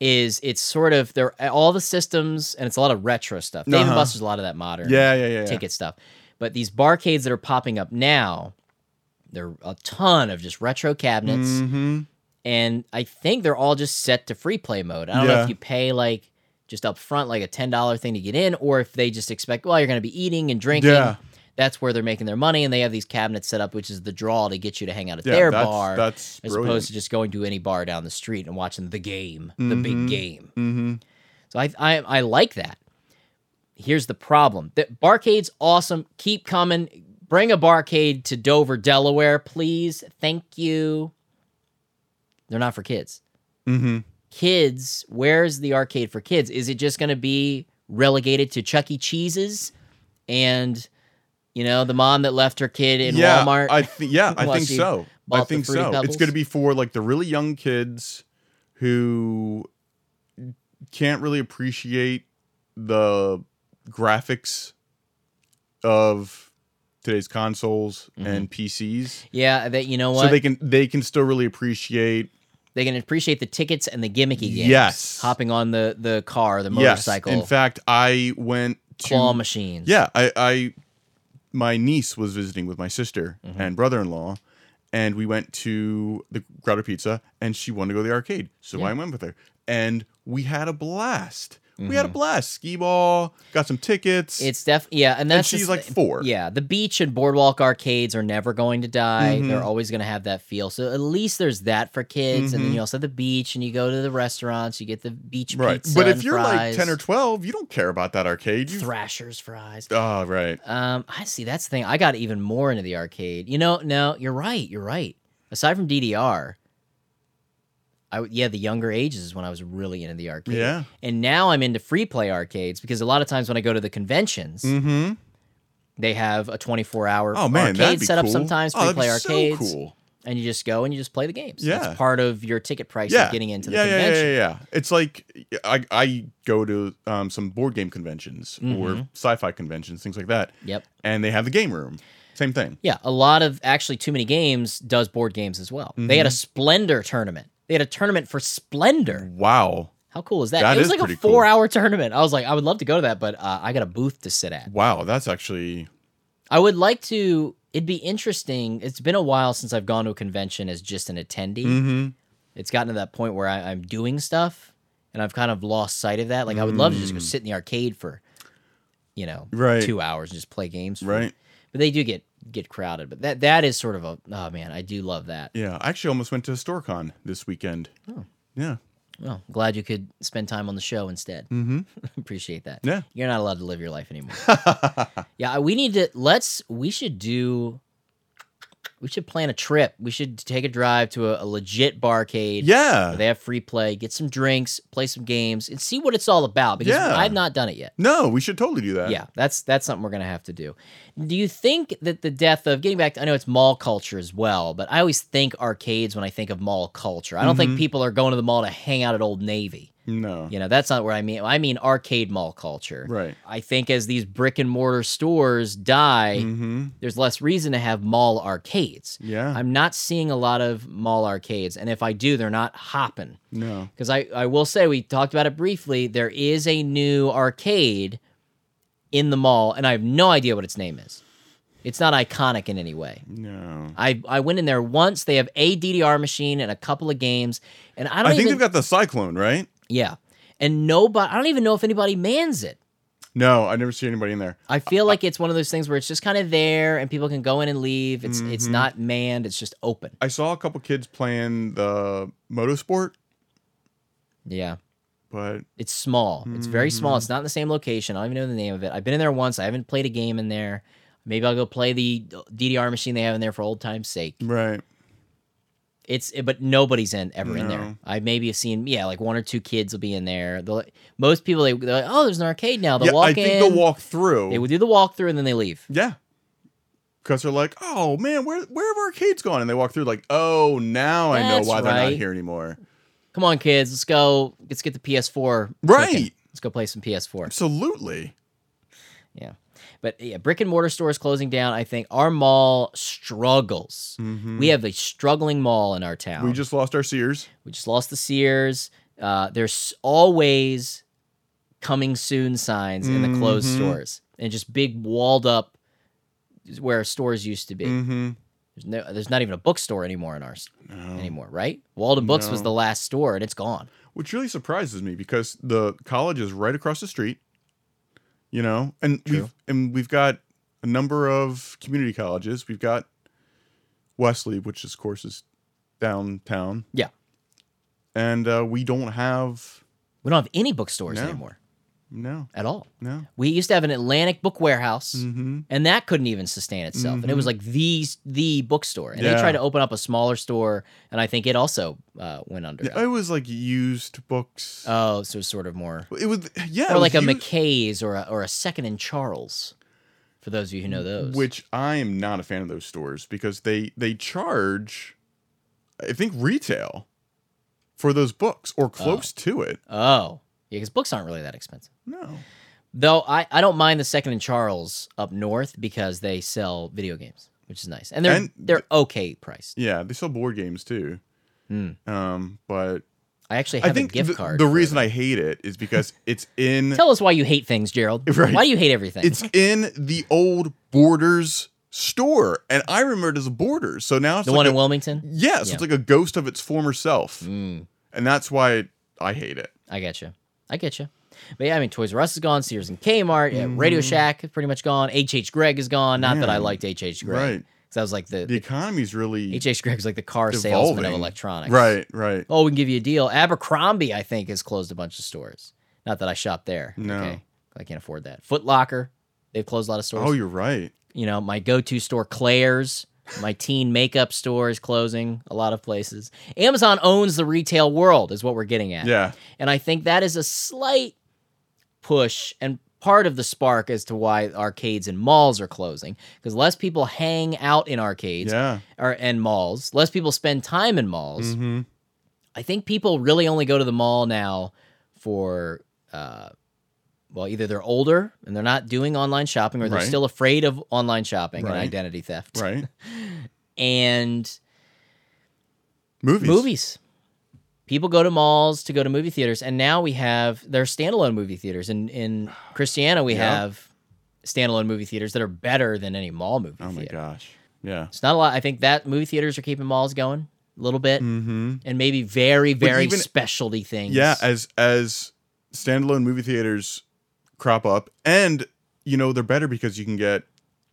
Speaker 1: is it's sort of they're all the systems and it's a lot of retro stuff. Dave and
Speaker 2: Uh-huh.
Speaker 1: Buster's a lot of that modern
Speaker 2: Yeah, yeah, yeah. yeah.
Speaker 1: ticket stuff. But these barcades that are popping up now, there are a ton of just retro cabinets,
Speaker 2: hmm
Speaker 1: and I think they're all just set to free play mode. I don't know
Speaker 2: Yeah.
Speaker 1: if you pay like just up front like a ten dollar thing to get in, or if they just expect well you're going to be eating and drinking.
Speaker 2: Yeah.
Speaker 1: That's where they're making their money, and they have these cabinets set up, which is the draw to get you to hang out at
Speaker 2: Yeah,
Speaker 1: their
Speaker 2: that's,
Speaker 1: bar
Speaker 2: That's
Speaker 1: as
Speaker 2: brilliant.
Speaker 1: opposed to just going to any bar down the street and watching the game, the big
Speaker 2: Mhm.
Speaker 1: game.
Speaker 2: hmm
Speaker 1: So I, I I like that. Here's the problem: that barcades awesome. Keep coming. Bring a barcade to Dover, Delaware, please. Thank you. They're not for kids.
Speaker 2: hmm
Speaker 1: Kids, where's the arcade for kids? Is it just going to be relegated to Chuck E. Cheese's and you know the mom that left her kid in
Speaker 2: yeah,
Speaker 1: Walmart?
Speaker 2: I th- yeah, I
Speaker 1: while
Speaker 2: think
Speaker 1: she
Speaker 2: so.
Speaker 1: bought
Speaker 2: I
Speaker 1: the
Speaker 2: think
Speaker 1: Fruity
Speaker 2: so. It's
Speaker 1: Pebbles.
Speaker 2: going to be for like the really young kids who can't really appreciate the graphics of today's consoles and PCs.
Speaker 1: yeah, that Mm-hmm. you know what
Speaker 2: So they can they can still really appreciate
Speaker 1: they can appreciate the tickets and the gimmicky games.
Speaker 2: Yes.
Speaker 1: hopping on the the car, the
Speaker 2: yes.
Speaker 1: motorcycle,
Speaker 2: In fact, I went to
Speaker 1: claw machines.
Speaker 2: Yeah, I, I my niece was visiting with my sister
Speaker 1: Mm-hmm.
Speaker 2: and brother in law, and we went to the Grotto Pizza, and she wanted to go to the arcade, so I went with her, and we had a blast. We had a blast. Skee ball, got some tickets.
Speaker 1: Mm-hmm. It's def yeah, and that's
Speaker 2: and she's
Speaker 1: just-
Speaker 2: like four.
Speaker 1: yeah. The beach and boardwalk arcades are never going to die.
Speaker 2: Mhm.
Speaker 1: They're always going to have that feel. So at least there's that for kids, and then
Speaker 2: Mhm.
Speaker 1: you also have the beach, and you go to the restaurants, you get the beach
Speaker 2: right.
Speaker 1: pizza.
Speaker 2: But if
Speaker 1: and
Speaker 2: you're
Speaker 1: fries,
Speaker 2: like ten or twelve, you don't care about that arcade. You,
Speaker 1: Thrasher's fries.
Speaker 2: oh, right.
Speaker 1: Um, I see. That's the thing. I got even more into the arcade. You know, no, you're right. You're right. Aside from DDR, I w- yeah, the younger ages is when I was really into the arcade.
Speaker 2: Yeah.
Speaker 1: And now I'm into free play arcades because a lot of times when I go to the conventions,
Speaker 2: Mm-hmm.
Speaker 1: they have a 24 hour
Speaker 2: Oh man, that'd
Speaker 1: arcade
Speaker 2: be
Speaker 1: set up
Speaker 2: cool.
Speaker 1: sometimes,
Speaker 2: Oh,
Speaker 1: free
Speaker 2: that'd
Speaker 1: play
Speaker 2: be
Speaker 1: arcades.
Speaker 2: So cool.
Speaker 1: And you just go and you just play the games.
Speaker 2: Yeah.
Speaker 1: That's part of your ticket price of getting into the
Speaker 2: yeah, yeah,
Speaker 1: convention.
Speaker 2: Yeah, yeah, yeah. It's like I, I go to um, some board game conventions
Speaker 1: Mm-hmm.
Speaker 2: or sci-fi conventions, things like that,
Speaker 1: Yep.
Speaker 2: and they have the game room. Same thing.
Speaker 1: Yeah, a lot of actually too many games does board games as well. They had a
Speaker 2: Mm-hmm.
Speaker 1: Splendor tournament. They had a tournament for Splendor.
Speaker 2: Wow,
Speaker 1: How cool is that?
Speaker 2: Mm. That
Speaker 1: it was
Speaker 2: is
Speaker 1: like a
Speaker 2: pretty cool.
Speaker 1: four hour tournament. I was like, I would love to go to that, but uh, I got a booth to sit at.
Speaker 2: wow, that's actually
Speaker 1: I would like to. It'd be interesting. It's been a while since I've gone to a convention as just an attendee.
Speaker 2: Mhm.
Speaker 1: It's gotten to that point where I, I'm doing stuff and I've kind of lost sight of that. Like, I would love to just go sit in the arcade for, you know,
Speaker 2: Mm. Right.
Speaker 1: two hours and just play games. for-
Speaker 2: right.
Speaker 1: But they do get get crowded. But that that is sort of a, oh man, I do love that.
Speaker 2: Yeah, I actually almost went to StoreCon this weekend. Oh. Yeah.
Speaker 1: Well, glad you could spend time on the show instead. Mm-hmm. Appreciate that.
Speaker 2: Yeah.
Speaker 1: You're not allowed to live your life anymore. yeah, we need to let's we should do we should plan a trip. We should take a drive to a, a legit barcade.
Speaker 2: Yeah.
Speaker 1: where They have free play, get some drinks, play some games, and see what it's all about because
Speaker 2: Yeah.
Speaker 1: I've not done it yet.
Speaker 2: no, we should totally do that.
Speaker 1: Yeah, that's that's something we're gonna have to do. Do you think that the death of getting back to I know it's mall culture as well, but I always think arcades when I think of mall culture. I don't
Speaker 2: Mm-hmm.
Speaker 1: think people are going to the mall to hang out at Old Navy.
Speaker 2: No.
Speaker 1: You know, that's not where I mean. I mean arcade mall culture.
Speaker 2: Right.
Speaker 1: I think as these brick and mortar stores die,
Speaker 2: Mm-hmm.
Speaker 1: there's less reason to have mall arcades.
Speaker 2: Yeah.
Speaker 1: I'm not seeing a lot of mall arcades, and if I do, they're not hopping.
Speaker 2: no.
Speaker 1: Because I, I will say, we talked about it briefly. There is a new arcade in the mall, and I have no idea what its name is. It's not iconic in any way.
Speaker 2: No.
Speaker 1: I, I went in there once. They have a DDR machine and a couple of games, and I
Speaker 2: I
Speaker 1: don't
Speaker 2: think
Speaker 1: even
Speaker 2: they've got the Cyclone, right?
Speaker 1: yeah, and nobody. I don't even know if anybody mans it.
Speaker 2: No, I never see anybody in there.
Speaker 1: I feel like it's one of those things where it's just kind of there, and people can go in and leave. It's
Speaker 2: Mm-hmm.
Speaker 1: it's not manned. It's just open.
Speaker 2: I saw a couple kids playing the motorsport,
Speaker 1: Yeah.
Speaker 2: but
Speaker 1: It's small. It's very
Speaker 2: Mm-hmm.
Speaker 1: small. It's not in the same location. I don't even know the name of it. I've been in there once. I haven't played a game in there. Maybe I'll go play the DDR machine they have in there for old time's sake.
Speaker 2: right.
Speaker 1: It's eh, but nobody's in ever in there.
Speaker 2: No.
Speaker 1: I maybe have seen yeah, like one or two kids will be in there. They'll, most people they, they're like, oh, there's an arcade now. They'll
Speaker 2: yeah,
Speaker 1: walk
Speaker 2: I think
Speaker 1: in.
Speaker 2: they'll walk through.
Speaker 1: They will do the walkthrough and then they leave.
Speaker 2: yeah, because they're like, oh man, where where have arcades gone? And they walk through like, oh, now I know
Speaker 1: That's
Speaker 2: why they're
Speaker 1: right.
Speaker 2: not here anymore.
Speaker 1: Come on, kids, let's go. Let's get the PS4. cooking.
Speaker 2: Right.
Speaker 1: Let's go play some PS4.
Speaker 2: Absolutely.
Speaker 1: Yeah. But yeah, brick and mortar stores closing down. I think our mall struggles.
Speaker 2: Mhm.
Speaker 1: We have a struggling mall in our town.
Speaker 2: We just lost our Sears.
Speaker 1: We just lost the Sears. Uh, there's always coming soon signs in the closed
Speaker 2: Mhm.
Speaker 1: stores and just big walled up is where stores used to be.
Speaker 2: Mm-hmm.
Speaker 1: There's no, there's not even a bookstore anymore in ours
Speaker 2: No.
Speaker 1: anymore, right? Walden Books was
Speaker 2: No.
Speaker 1: the last store and it's gone.
Speaker 2: Which really surprises me because the college is right across the street. You know, and
Speaker 1: True.
Speaker 2: we've and we've got a number of community colleges. We've got Wesley, which is, of course is downtown.
Speaker 1: Yeah.
Speaker 2: And uh, we don't have
Speaker 1: We don't have any bookstores
Speaker 2: No.
Speaker 1: anymore
Speaker 2: no,
Speaker 1: at all.
Speaker 2: no.
Speaker 1: We used to have an Atlantic book warehouse.
Speaker 2: Mm-hmm.
Speaker 1: and that couldn't even sustain itself. And it was like the the bookstore, and they
Speaker 2: Yeah.
Speaker 1: tried to open up a smaller store, and I think it also uh, went under.
Speaker 2: Yeah, it was like used books.
Speaker 1: Oh, so it's sort of more,
Speaker 2: it was yeah, it
Speaker 1: or
Speaker 2: was
Speaker 1: like a
Speaker 2: used-
Speaker 1: McKay's or a, or a Second and Charles, for those of you who know those.
Speaker 2: which I am not a fan of those stores because they they charge, I think retail, for those books or close to it.
Speaker 1: oh yeah, because books aren't really that expensive.
Speaker 2: No,
Speaker 1: Though I, I don't mind the Second and Charles up north because they sell video games, which is nice, and they're
Speaker 2: And-
Speaker 1: they're okay priced.
Speaker 2: yeah, they sell board games too.
Speaker 1: Hmm.
Speaker 2: Um, but
Speaker 1: I actually
Speaker 2: I
Speaker 1: have
Speaker 2: think
Speaker 1: a gift
Speaker 2: the,
Speaker 1: card.
Speaker 2: the
Speaker 1: for-
Speaker 2: reason I hate it is because it's in
Speaker 1: Tell us why you hate things, Gerald.
Speaker 2: Right.
Speaker 1: Why do you hate everything?
Speaker 2: it's in the old Borders store, and I remember it as Borders. So now it's
Speaker 1: the
Speaker 2: like
Speaker 1: one
Speaker 2: a,
Speaker 1: in Wilmington.
Speaker 2: yeah, so
Speaker 1: Yeah.
Speaker 2: it's like a ghost of its former self,
Speaker 1: Mm.
Speaker 2: and that's why I hate it.
Speaker 1: I get you. I get you. But yeah, I mean, Toys R Us is gone. Sears and Kmart. Yeah, Radio Shack is pretty much gone. HH Greg is gone. Not that I
Speaker 2: Mm. Man.
Speaker 1: liked HH Greg.
Speaker 2: Right,
Speaker 1: Because I was like the
Speaker 2: the economy's really
Speaker 1: HH Greg was like the car salesman of
Speaker 2: Evolving.
Speaker 1: electronics.
Speaker 2: right, right.
Speaker 1: Oh, we can give you a deal. Abercrombie, I think, has closed a bunch of stores. Not that I shop there.
Speaker 2: No.
Speaker 1: I can't afford that. Foot Locker, they've closed a lot of stores.
Speaker 2: Oh, you're right.
Speaker 1: you know, my go-to store, Claire's. My teen makeup store is closing a lot of places. Amazon owns the retail world, is what we're getting at.
Speaker 2: Yeah.
Speaker 1: And I think that is a slight push and part of the spark as to why arcades and malls are closing because less people hang out in arcades
Speaker 2: Yeah.
Speaker 1: or and malls, less people spend time in malls.
Speaker 2: Mm-hmm.
Speaker 1: I think people really only go to the mall now for uh well, either they're older and they're not doing online shopping or they're
Speaker 2: Right.
Speaker 1: still afraid of online shopping and
Speaker 2: Right.
Speaker 1: identity theft.
Speaker 2: Right.
Speaker 1: And
Speaker 2: Movies.
Speaker 1: movies. People go to malls to go to movie theaters, and now we have there are standalone movie theaters. In in Christiana, we
Speaker 2: Yeah.
Speaker 1: have standalone movie theaters that are better than any mall movie
Speaker 2: Oh my
Speaker 1: theater.
Speaker 2: gosh. Yeah.
Speaker 1: It's not a lot. I think that movie theaters are keeping malls going a little bit,
Speaker 2: Mm-hmm.
Speaker 1: and maybe very very
Speaker 2: even-
Speaker 1: specialty things.
Speaker 2: Yeah. As as standalone movie theaters crop up, and you know they're better because you can get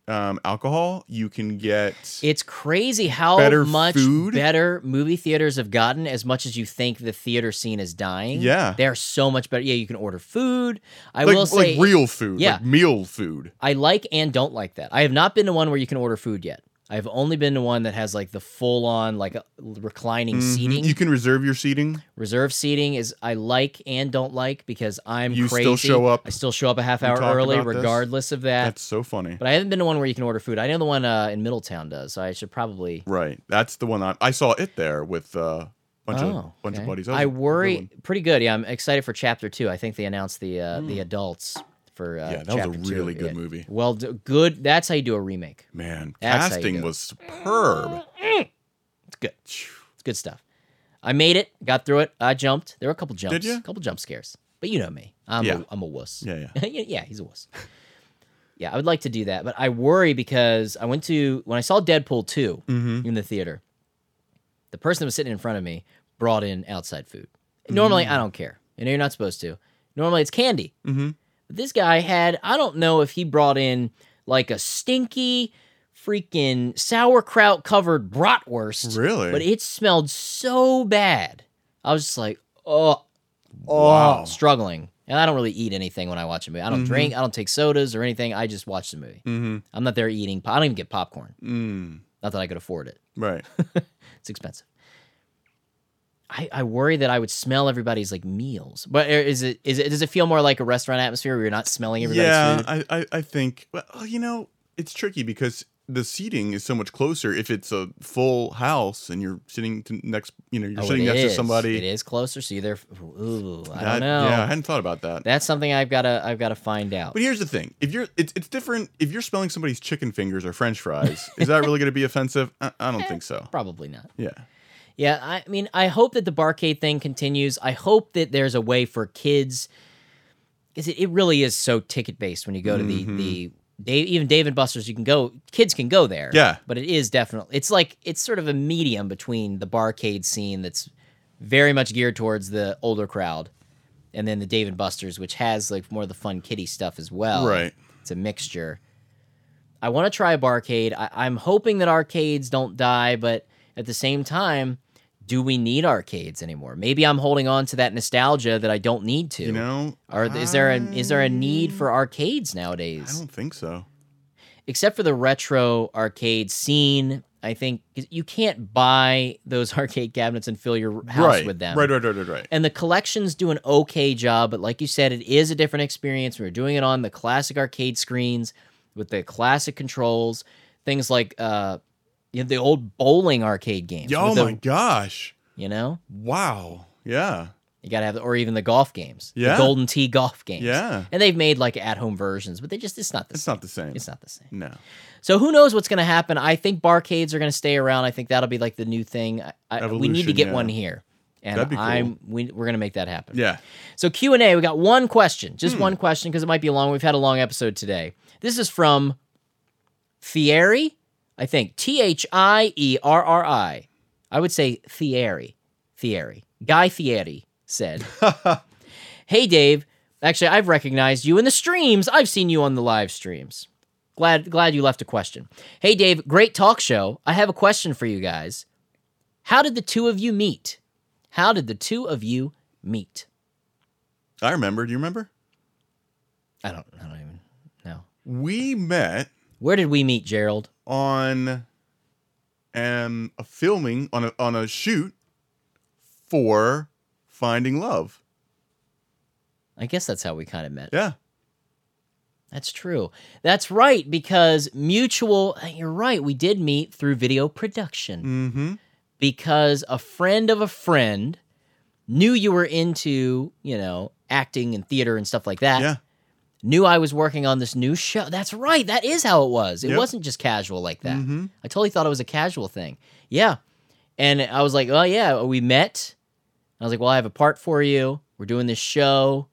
Speaker 2: um, alcohol. You can get
Speaker 1: it's crazy how
Speaker 2: Better
Speaker 1: much
Speaker 2: food.
Speaker 1: better movie theaters have gotten. As much as you think the theater scene is dying,
Speaker 2: yeah.
Speaker 1: they are so much better. Yeah, you can order food. I
Speaker 2: like,
Speaker 1: will say,
Speaker 2: like real food.
Speaker 1: yeah.
Speaker 2: Like meal food.
Speaker 1: I like and don't like that. I have not been to one where you can order food yet. I've only been to one that has like the full on like a reclining
Speaker 2: Mhm.
Speaker 1: seating.
Speaker 2: You can reserve your seating.
Speaker 1: Reserve seating is I like and don't like because I'm
Speaker 2: You
Speaker 1: crazy.
Speaker 2: still show up.
Speaker 1: I still show up a half
Speaker 2: We
Speaker 1: hour
Speaker 2: talked
Speaker 1: early
Speaker 2: about this.
Speaker 1: regardless of that.
Speaker 2: That's so funny.
Speaker 1: Uh, but I haven't been to one where you can order food. I know the one uh, in Middletown does, so I should probably
Speaker 2: Right. That's the one I, I saw it there with uh, bunch
Speaker 1: Oh,
Speaker 2: of bunch
Speaker 1: okay.
Speaker 2: of buddies. That was
Speaker 1: I
Speaker 2: a good
Speaker 1: worry
Speaker 2: one.
Speaker 1: pretty good. Yeah, I'm excited for chapter 2. I think they announced the uh, the adults for uh,
Speaker 2: Mm. yeah, that was a
Speaker 1: chapter two.
Speaker 2: really good
Speaker 1: Yeah.
Speaker 2: movie.
Speaker 1: Well, d- good. That's how you do a remake.
Speaker 2: Man,
Speaker 1: That's how you do
Speaker 2: casting
Speaker 1: it.
Speaker 2: was superb.
Speaker 1: It's good. It's good stuff. I made it, got through it. I jumped. There were a couple jumps,
Speaker 2: ya?
Speaker 1: a couple jump scares. But you know me. I'm,
Speaker 2: Yeah.
Speaker 1: a, I'm a wuss.
Speaker 2: Yeah, yeah.
Speaker 1: Yeah. yeah, he's a wuss. yeah, I would like to do that, but I worry because I went to when I saw Deadpool 2
Speaker 2: Mm-hmm.
Speaker 1: in the theater. The person that was sitting in front of me brought in outside food. Normally, I don't care. I know you're not supposed to. Normally, it's candy.
Speaker 2: Mm. Mm-hmm.
Speaker 1: But this guy had, I don't know if he brought in like a stinky, freaking sauerkraut covered bratwurst.
Speaker 2: Really?
Speaker 1: But e it smelled so bad. I was just like, oh, oh,
Speaker 2: Wow.
Speaker 1: struggling. And I don't really eat anything when I watch a movie. I don't
Speaker 2: Mhm.
Speaker 1: drink. I don't take sodas or anything. I just watch the movie.
Speaker 2: mm-hmm.
Speaker 1: I'm not there eating. I don't even get popcorn.
Speaker 2: Mm.
Speaker 1: Not that I could afford it.
Speaker 2: Right.
Speaker 1: It's expensive. I, I worry that I would smell everybody's like meals. But is it is it does it feel more like a restaurant atmosphere where you're not smelling everybody's
Speaker 2: yeah,
Speaker 1: food?
Speaker 2: I, I, I think. Well, you know, it's tricky because the seating is so much closer if it's a full house and you're sitting to next, you know, you're
Speaker 1: Oh,
Speaker 2: sitting
Speaker 1: it
Speaker 2: next to
Speaker 1: is.
Speaker 2: somebody.
Speaker 1: It is closer, so either. Ooh, I
Speaker 2: That-
Speaker 1: don't know.
Speaker 2: Yeah, I hadn't thought about that.
Speaker 1: That's something I've gotta I've gotta find out.
Speaker 2: But here's the thing: if you're, it's it's different. If you're smelling somebody's chicken fingers or French fries, is that really going to be offensive? I, I don't think so.
Speaker 1: Probably not.
Speaker 2: Yeah,
Speaker 1: Yeah, I mean, I hope that the barcade thing continues. I hope that there's a way for kids because it, it really is so ticket based when you go to the
Speaker 2: Mm-hmm.
Speaker 1: the Dave, even Dave and Buster's. You can go, kids can go there.
Speaker 2: Yeah.
Speaker 1: but it is definitely it's like it's sort of a medium between the barcade scene that's very much geared towards the older crowd, and then the Dave and Buster's, which has like more of the fun kiddie stuff as well.
Speaker 2: right.
Speaker 1: It's a mixture. I want to try a barcade. I, I'm hoping that arcades don't die, but at the same time, do we need arcades anymore? Maybe I'm holding on to that nostalgia that I don't need to.
Speaker 2: You know,
Speaker 1: Or is there an is there a need for arcades nowadays?
Speaker 2: I don't think so.
Speaker 1: except for the retro arcade scene. I think 'cause you can't buy those arcade cabinets and fill your house
Speaker 2: right.
Speaker 1: with them.
Speaker 2: Right, right, right, right, right.
Speaker 1: And the collections do an okay job, but like you said, it is a different experience. We were doing it on the classic arcade screens with the classic controls, things like uh, you know, the old bowling arcade games.
Speaker 2: Yeah, oh
Speaker 1: with the-
Speaker 2: my gosh!
Speaker 1: You know,
Speaker 2: Wow. Yeah.
Speaker 1: you gotta have, or even the golf games.
Speaker 2: Yeah.
Speaker 1: The Golden Tee golf games.
Speaker 2: Yeah.
Speaker 1: And they've made like at-home versions, but they just it's not the
Speaker 2: It's
Speaker 1: same.
Speaker 2: not the same.
Speaker 1: It's not the same.
Speaker 2: No.
Speaker 1: So who knows what's going to happen? I think barcades are going to stay around. I think that'll be like the new thing. I, I, we need to
Speaker 2: Evolution,
Speaker 1: get
Speaker 2: yeah.
Speaker 1: one here, and
Speaker 2: That'd be cool.
Speaker 1: I'm we, we're going to make that happen.
Speaker 2: Yeah.
Speaker 1: So Q and A. We got one question, just one question, because it might be long. We've had a long episode today. This is from Thierry, I think T H I E R R I. I would say Thierry, Thierry, Guy Thierry said. Hey, Dave. Actually, I've recognized you in the streams. I've seen you on the live streams. Glad glad you left a question. Hey, Dave, great talk show. I have a question for you guys. How did the two of you meet? How did the two of you meet?
Speaker 2: I remember. Do you remember?
Speaker 1: I don't I don't even know.
Speaker 2: We met
Speaker 1: Where did we meet, Gerald?
Speaker 2: on um a filming on a on a shoot for Finding Love.
Speaker 1: I guess that's how we kind of met.
Speaker 2: Yeah.
Speaker 1: That's true. That's right because mutual uh, you're right, we did meet through video production.
Speaker 2: Mm-hmm.
Speaker 1: because a friend of a friend knew you were into, you know, acting and theater and stuff like that.
Speaker 2: Yeah.
Speaker 1: Knew I was working on this new show. That's right. That is how it was. It
Speaker 2: Yep.
Speaker 1: wasn't just casual like that.
Speaker 2: Mhm.
Speaker 1: I totally thought it was a casual thing. Yeah. And I was like, oh, yeah, we met. I was like, well, I have a part for you. We're doing this show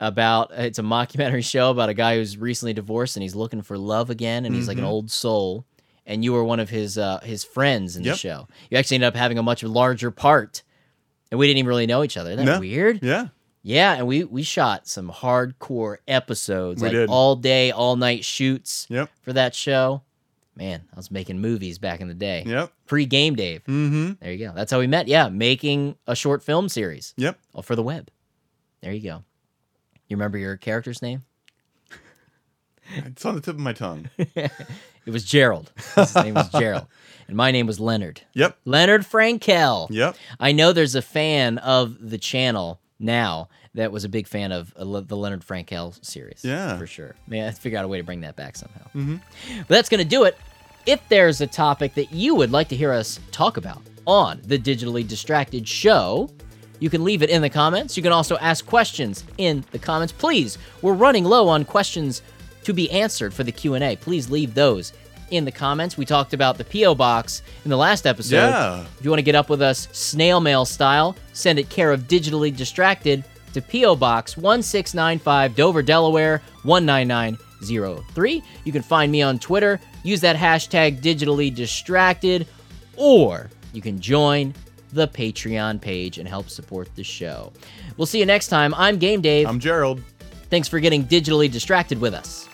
Speaker 1: about uh, it's a mockumentary show about a guy who's recently divorced and he's looking for love again and he's like an
Speaker 2: Mhm.
Speaker 1: old soul and you were one of his uh, his friends in the
Speaker 2: Yep.
Speaker 1: show you actually ended up having a much larger part and we didn't even really know each other Isn't that
Speaker 2: No.
Speaker 1: weird
Speaker 2: Yeah.
Speaker 1: yeah and we we shot some hardcore episodes
Speaker 2: We
Speaker 1: like
Speaker 2: did.
Speaker 1: all day all night shoots
Speaker 2: Yep.
Speaker 1: for that show man i was making movies back in the day
Speaker 2: Yep.
Speaker 1: pre game dave
Speaker 2: Mm-hmm.
Speaker 1: there you go that's how we met yeah making a short film series
Speaker 2: Yep.
Speaker 1: all for the web there you go you remember your character's name
Speaker 2: It's on the tip of my tongue.
Speaker 1: It was Gerald. His name was Gerald. And my name was Leonard.
Speaker 2: Yep.
Speaker 1: Leonard Frankel.
Speaker 2: Yep.
Speaker 1: I know there's a fan of the channel now that was a big fan of uh, Le- the Leonard Frankel series.
Speaker 2: Yeah. Mm-hmm.
Speaker 1: For sure. Man, let's figure out a way to bring that back somehow. But that's going to do it. If there's a topic that you would like to hear us talk about on the Digitally Distracted Show, you can leave it in the comments. You can also ask questions in the comments. Please, we're running low on questions to be answered for the Q&A. Please leave those in the comments. We talked about the PO box in the last episode.
Speaker 2: Yeah.
Speaker 1: If you want to get up with us snail mail style, send it care of Digitally Distracted to P.O. Box 1695 Dover, Delaware 19903. You can find me on Twitter. Use that hashtag digitally distracted, or you can join the Patreon page and help support the show. We'll see you next time. I'm Game Dave.
Speaker 2: I'm Gerald.
Speaker 1: Thanks for getting digitally distracted with us.